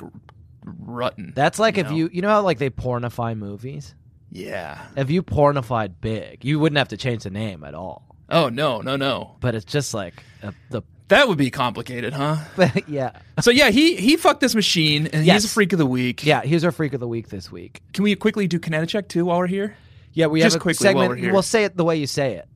Speaker 5: rotten.
Speaker 3: that's like
Speaker 5: you
Speaker 3: if
Speaker 5: know?
Speaker 3: you you know how like they pornify movies.
Speaker 5: yeah.
Speaker 3: If you pornified big, you wouldn't have to change the name at all.
Speaker 5: Oh no, no, no.
Speaker 3: but it's just like a, the
Speaker 5: That would be complicated, huh?
Speaker 3: yeah
Speaker 5: so yeah, he he fucked this machine, and
Speaker 3: Yes.
Speaker 5: he's a freak of the week.
Speaker 3: yeah here's our freak of the week this week
Speaker 5: Can we quickly do Kinetic Check too while we're here?
Speaker 3: Yeah, we
Speaker 5: Just
Speaker 3: have a
Speaker 5: quickly while
Speaker 3: segment.
Speaker 5: we're here.
Speaker 3: Well, say it the way you say it.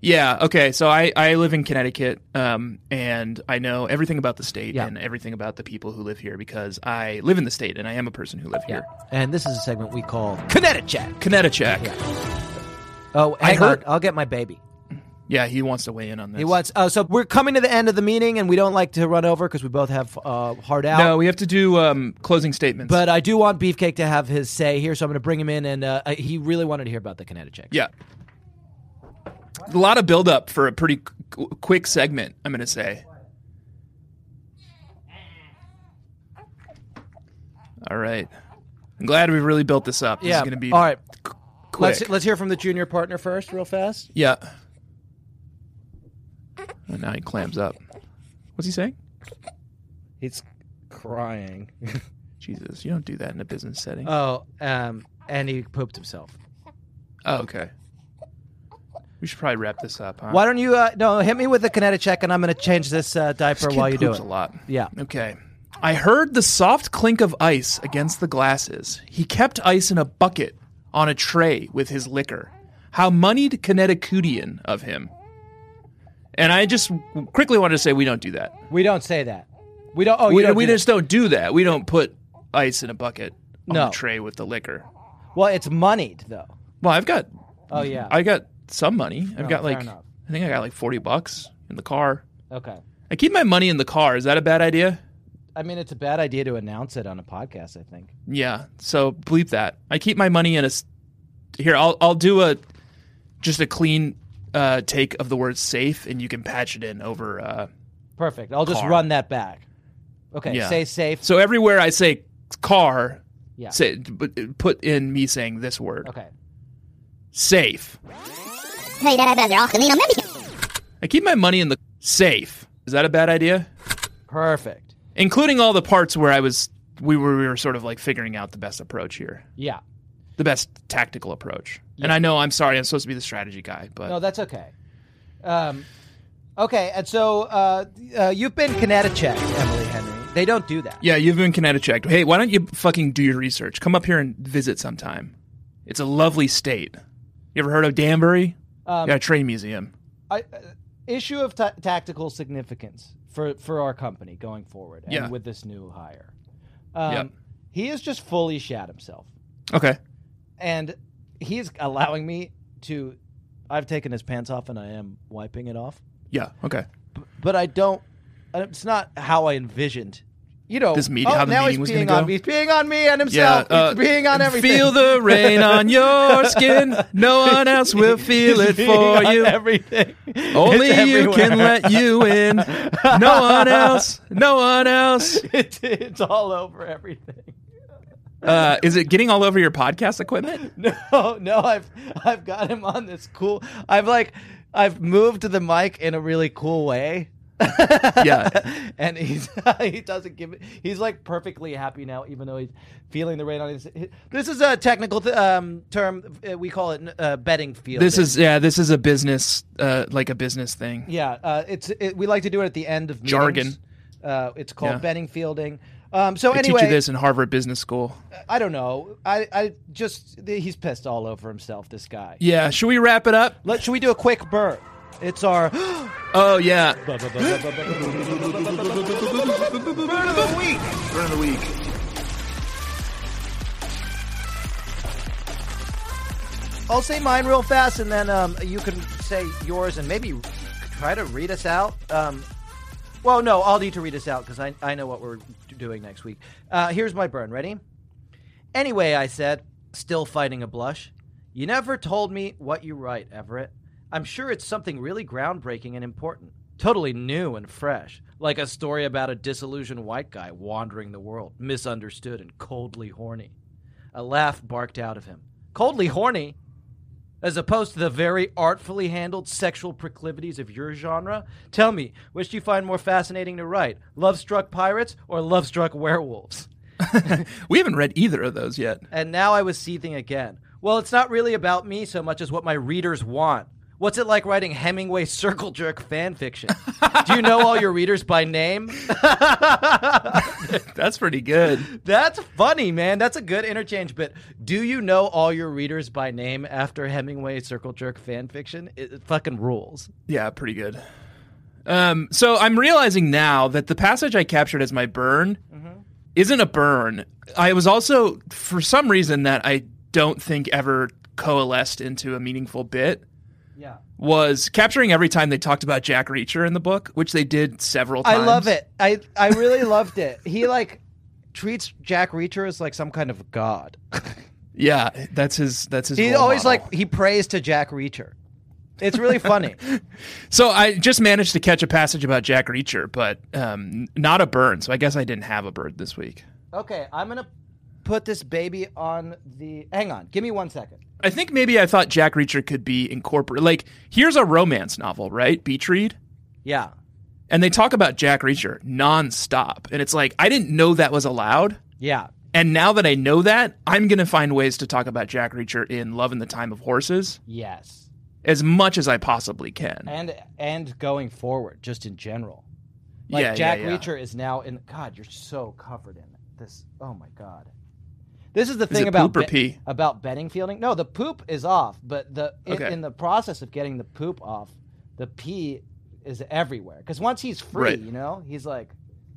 Speaker 5: Yeah. Okay. So I, I live in Connecticut, um, and I know everything about the state
Speaker 3: Yeah.
Speaker 5: and everything about the people who live here because I live in the state and I am a person who live
Speaker 3: Yeah.
Speaker 5: here.
Speaker 3: And this is a segment we call Connecticut.
Speaker 5: Connecticut.
Speaker 3: Yeah.
Speaker 5: Yeah.
Speaker 3: Oh,
Speaker 5: I
Speaker 3: hang
Speaker 5: heard-
Speaker 3: on. I'll get my baby.
Speaker 5: he wants to weigh in on this.
Speaker 3: He wants. Oh, so we're coming to the end of the meeting, and we don't like to run over because we both have uh, hard out.
Speaker 5: No, we have to do um, closing statements.
Speaker 3: But I do want Beefcake to have his say here, so I'm going to bring him in, and uh, I- he really wanted to hear about the Connecticut.
Speaker 5: yeah, a lot of build up for a pretty qu- quick segment. I'm gonna say. All right. I'm glad we really built this up. This
Speaker 3: yeah.
Speaker 5: is gonna be
Speaker 3: All right,
Speaker 5: quick.
Speaker 3: let's let's hear from the junior partner first, real fast.
Speaker 5: Yeah. And now he clams up. What's he saying?
Speaker 3: He's crying.
Speaker 5: Jesus, you don't do that in a business setting.
Speaker 3: oh, um, and he pooped himself.
Speaker 5: oh, okay. We should probably wrap this up, huh?
Speaker 3: Why don't you? Uh, no, hit me with the Connecticut, and I'm going to change this uh, diaper
Speaker 5: This kid
Speaker 3: while you do
Speaker 5: poops
Speaker 3: it.
Speaker 5: a lot.
Speaker 3: Yeah.
Speaker 5: Okay. I heard the soft clink of ice against the glasses. He kept ice in a bucket on a tray with his liquor. How moneyed Connecticutian of him. And I just quickly wanted to say we don't do that.
Speaker 3: We don't say that. We don't. Oh, you
Speaker 5: we
Speaker 3: don't
Speaker 5: we
Speaker 3: do that.
Speaker 5: just don't do that. We don't put ice in a bucket on
Speaker 3: No.
Speaker 5: a tray with the liquor.
Speaker 3: Well, it's moneyed though.
Speaker 5: Well, I've got
Speaker 3: Oh yeah.
Speaker 5: Mm-hmm. I got some money. I've
Speaker 3: No,
Speaker 5: got
Speaker 3: fair
Speaker 5: like
Speaker 3: enough.
Speaker 5: I think I got like 40 bucks in the car.
Speaker 3: okay.
Speaker 5: I keep my money in the car. Is that a bad idea?
Speaker 3: I mean, it's a bad idea to announce it on a podcast. I think.
Speaker 5: Yeah. So bleep that. I keep my money in a s- Here, I'll I'll do a just a clean uh, take of the word safe and you can patch it in over uh,
Speaker 3: Perfect. I'll just
Speaker 5: Car.
Speaker 3: run that back. Okay.
Speaker 5: Yeah.
Speaker 3: Stay safe.
Speaker 5: So everywhere I say car,
Speaker 3: Yeah.
Speaker 5: say but put in me saying this word.
Speaker 3: Okay.
Speaker 5: Safe. I keep my money in the safe. Is that a bad idea?
Speaker 3: Perfect.
Speaker 5: Including all the parts where I was we were we were sort of like figuring out the best approach here.
Speaker 3: Yeah.
Speaker 5: The best tactical approach. And I know I'm sorry, I'm supposed to be the strategy guy, but
Speaker 3: No, that's okay. Um, okay. And so uh, uh, you've been Connecticut, Emily Henry. They don't do that.
Speaker 5: Yeah, you've been Connecticut. Hey, why don't you fucking do your research? Come up here and visit sometime. It's a lovely state. You ever heard of Danbury?
Speaker 3: Um,
Speaker 5: yeah, a train museum.
Speaker 3: I, uh, issue of ta tactical significance for for our company going forward, and
Speaker 5: Yeah.
Speaker 3: with this new hire, um,
Speaker 5: Yep.
Speaker 3: he has just fully shat himself,
Speaker 5: Okay.
Speaker 3: and he's allowing me to. I've taken his pants off, and I am wiping it off,
Speaker 5: Yeah. Okay.
Speaker 3: but I don't. I don't- It's not how I envisioned. You know,
Speaker 5: This meet-
Speaker 3: oh,
Speaker 5: how the
Speaker 3: now
Speaker 5: meeting
Speaker 3: he's
Speaker 5: was
Speaker 3: being
Speaker 5: gonna
Speaker 3: on
Speaker 5: go?
Speaker 3: me. He's being on me and himself.
Speaker 5: uh,
Speaker 3: he's being on everything.
Speaker 5: Feel the rain on your skin. No one else will feel
Speaker 3: He's
Speaker 5: it
Speaker 3: being
Speaker 5: for
Speaker 3: on
Speaker 5: you.
Speaker 3: Everything.
Speaker 5: Only
Speaker 3: It's
Speaker 5: you can
Speaker 3: everywhere.
Speaker 5: let you in. No one else. No one else.
Speaker 3: it's, it's all over everything.
Speaker 5: Uh, is it getting all over your podcast equipment?
Speaker 3: No, no, I've I've got him on this cool. I've like I've moved the mic in a really cool way.
Speaker 5: Yeah.
Speaker 3: and he's he doesn't give it. He's like perfectly happy now, even though he's feeling the rain on his. This is a technical th- um, term. uh, We call it uh, betting field.
Speaker 5: This is yeah. This is a business, uh, like a business thing.
Speaker 3: Yeah, uh, it's it, we like to do it at the end of meetings.
Speaker 5: Jargon.
Speaker 3: Uh, it's called
Speaker 5: Yeah.
Speaker 3: betting fielding. Um, so
Speaker 5: They
Speaker 3: anyway,
Speaker 5: teach you this in Harvard Business School.
Speaker 3: I don't know. I I just he's pissed all over himself. This guy.
Speaker 5: Yeah. Should we wrap it up?
Speaker 3: Let should we do a quick burp? It's our
Speaker 5: Oh yeah.
Speaker 3: I'll say mine real fast, and then um, you can say yours, and maybe try to read us out. Um, well, no, I'll need to read us out because I, I know what we're doing next week. Uh, here's my burn. Ready? Anyway, I said, still fighting a blush. You never told me what you write, Everett. I'm sure it's something really groundbreaking and important. Totally new and fresh. Like a story about a disillusioned white guy wandering the world, misunderstood and coldly horny. A laugh barked out of him. Coldly horny? As opposed to the very artfully handled sexual proclivities of your genre? Tell me, which do you find more fascinating to write? Love struck pirates or love struck werewolves?
Speaker 5: We haven't read either of those yet.
Speaker 3: And now I was seething again. Well, it's not really about me so much as what my readers want. What's it like writing Hemingway circle jerk fan fiction? Do you know all your readers by name?
Speaker 5: That's pretty good.
Speaker 3: That's funny, man. That's a good interchange bit. Do you know all your readers by name after Hemingway Circle Jerk fan fiction? It, it fucking rules.
Speaker 5: Yeah, pretty good. Um, so I'm realizing now that the passage I captured as my burn isn't a burn. I was also, for some reason, that I don't think ever coalesced into a meaningful bit.
Speaker 3: Yeah.
Speaker 5: Was capturing every time they talked about Jack Reacher in the book, which they did several
Speaker 3: I
Speaker 5: times.
Speaker 3: love it. I, I really loved it. He like treats Jack Reacher as like some kind of god.
Speaker 5: Yeah, that's his. That's his.
Speaker 3: He
Speaker 5: role
Speaker 3: always
Speaker 5: model.
Speaker 3: like he prays to Jack Reacher. It's really funny.
Speaker 5: So I just managed to catch a passage about Jack Reacher, but um, n- not a burn. So I guess I didn't have a bird this week.
Speaker 3: okay, I'm gonna put this baby on the hang on, give me one second.
Speaker 5: I think maybe I thought Jack Reacher could be incorporated. Like, here's a romance novel, right? Beach Read.
Speaker 3: Yeah.
Speaker 5: And they talk about Jack Reacher nonstop. And it's like, I didn't know that was allowed.
Speaker 3: Yeah.
Speaker 5: And now that I know that, I'm going to find ways to talk about Jack Reacher in Love in the Time of Horses
Speaker 3: Yes.
Speaker 5: as much as I possibly can.
Speaker 3: And and going forward, just in general. Like
Speaker 5: Yeah, yeah,
Speaker 3: Jack
Speaker 5: yeah.
Speaker 3: Reacher is now in God, you're so covered in this. Oh my god. This is the
Speaker 5: Is
Speaker 3: thing
Speaker 5: it
Speaker 3: about
Speaker 5: poop or pee?
Speaker 3: about betting fielding. No, the poop is off, but the in,
Speaker 5: Okay.
Speaker 3: in the process of getting the poop off, the pee is everywhere. Because once he's free,
Speaker 5: Right.
Speaker 3: you know, he's like,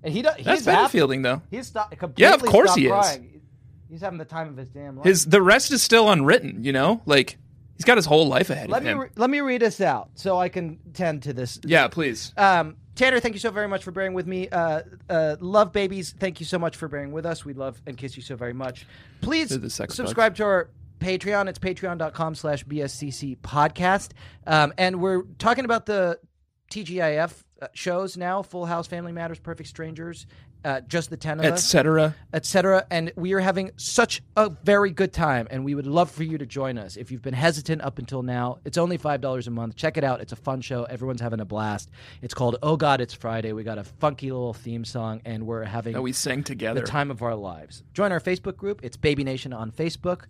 Speaker 3: and he does.
Speaker 5: That's
Speaker 3: he's happy.
Speaker 5: Battlefielding, though.
Speaker 3: He's stopped. Completely
Speaker 5: Yeah, of course
Speaker 3: stopped
Speaker 5: he is.
Speaker 3: crying. He's having the time of his damn life.
Speaker 5: His The rest is still unwritten, you know? Like, he's got his whole life ahead
Speaker 3: let
Speaker 5: of
Speaker 3: me
Speaker 5: him.
Speaker 3: re- let me read this out so I can tend to this
Speaker 5: yeah, please.
Speaker 3: Um, Tanner, thank you so very much for bearing with me. Uh, uh, love babies, thank you so much for bearing with us. We love and kiss you so very much. Please
Speaker 5: They're the sex
Speaker 3: subscribe to our Patreon. It's patreon.com slash BSCC podcast. Um, and we're talking about the TGIF uh, shows now Full House, Family Matters, Perfect Strangers, uh, Just the 10 of us
Speaker 5: Etc.
Speaker 3: etc. And we are having such a very good time, and we would love for you to join us. If you've been hesitant up until now, it's only five dollars a month. Check it out; it's a fun show. Everyone's having a blast. It's called "Oh God, It's Friday." We got a funky little theme song, and we're having
Speaker 5: that we sing together.
Speaker 3: the time of our lives. Join our Facebook group. It's Baby Nation on Facebook.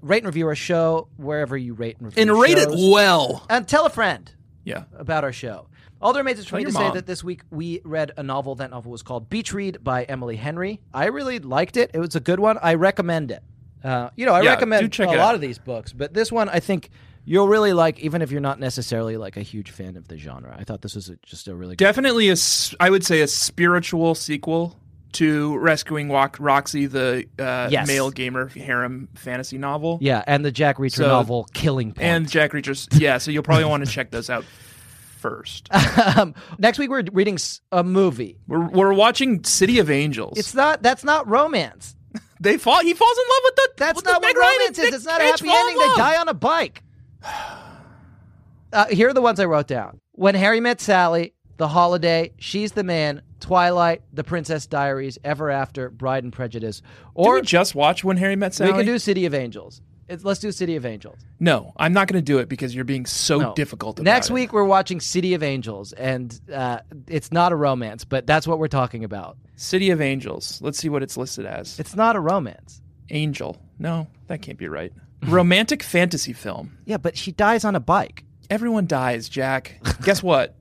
Speaker 3: Rate and review our show wherever you rate and review.
Speaker 5: and rate it
Speaker 3: shows.
Speaker 5: well.
Speaker 3: and tell a friend
Speaker 5: Yeah.
Speaker 3: about our show. All that remains is for me
Speaker 5: your
Speaker 3: to
Speaker 5: mom.
Speaker 3: say that this week we read a novel. That novel was called Beach Read by Emily Henry. I really liked it. It was a good one. I recommend it. Uh, you know, I
Speaker 5: Yeah, do
Speaker 3: recommend a
Speaker 5: check
Speaker 3: lot
Speaker 5: it out.
Speaker 3: of these books, but this one I think you'll really like, even if you're not necessarily like a huge fan of the genre. I thought this was a, just a really good.
Speaker 5: Definitely a, s- I would say a spiritual sequel to Rescuing Wa- Roxy, the uh,
Speaker 3: Yes.
Speaker 5: male gamer harem fantasy novel.
Speaker 3: yeah, and the Jack Reacher
Speaker 5: So-
Speaker 3: novel Killing Point.
Speaker 5: And Jack Reacher's. Yeah, so you'll probably want to check those out first.
Speaker 3: um, next week we're reading s- a movie.
Speaker 5: We're, we're watching City of Angels.
Speaker 3: It's not that's not romance.
Speaker 5: they fall. He falls in love with the.
Speaker 3: That's
Speaker 5: with the
Speaker 3: not
Speaker 5: Meg
Speaker 3: what
Speaker 5: Ryan
Speaker 3: romance
Speaker 5: and
Speaker 3: is.
Speaker 5: Nick
Speaker 3: It's not a
Speaker 5: Cage
Speaker 3: happy
Speaker 5: fall in
Speaker 3: ending. They
Speaker 5: love.
Speaker 3: die on a bike. Uh, here are the ones I wrote down. When Harry Met Sally, The Holiday, She's the Man, Twilight, The Princess Diaries, Ever After, Bride and Prejudice,
Speaker 5: Did
Speaker 3: or
Speaker 5: we just watch When Harry Met Sally?
Speaker 3: we can do City of Angels. It's, let's do City of Angels.
Speaker 5: No, I'm not going to do it because you're being so
Speaker 3: No.
Speaker 5: difficult. About
Speaker 3: Next
Speaker 5: it.
Speaker 3: week we're watching City of Angels, and uh, it's not a romance, but that's what we're talking about.
Speaker 5: City of Angels. Let's see what it's listed as.
Speaker 3: It's not a romance.
Speaker 5: Angel. No, that can't be right. Romantic fantasy film.
Speaker 3: Yeah, but she dies on a bike.
Speaker 5: Everyone dies, Jack. Guess what?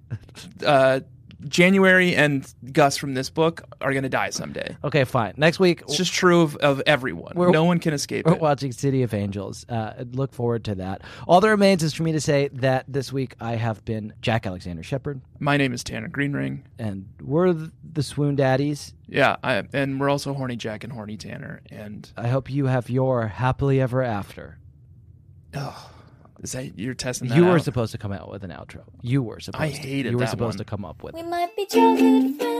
Speaker 5: Uh, January and Gus from this book are going to die someday.
Speaker 3: Okay, fine. Next week
Speaker 5: It's just true of, of everyone.
Speaker 3: We're-
Speaker 5: no one can escape
Speaker 3: We're
Speaker 5: it.
Speaker 3: watching City of Angels. Uh, I'd look forward to that. All that remains is for me to say that this week I have been Jack Alexander Shepard,
Speaker 5: My name is Tanner Greenring.
Speaker 3: and we're th- the Swoon Daddies.
Speaker 5: Yeah, I, and we're also Horny Jack and Horny Tanner. And
Speaker 3: I hope you have your happily ever after.
Speaker 5: is that you're testing that
Speaker 3: You
Speaker 5: out?
Speaker 3: were supposed to come out with an outro. You were supposed.
Speaker 5: hated
Speaker 3: to. You were
Speaker 5: that
Speaker 3: supposed
Speaker 5: one.
Speaker 3: to come up with.
Speaker 1: We might be childhood friends.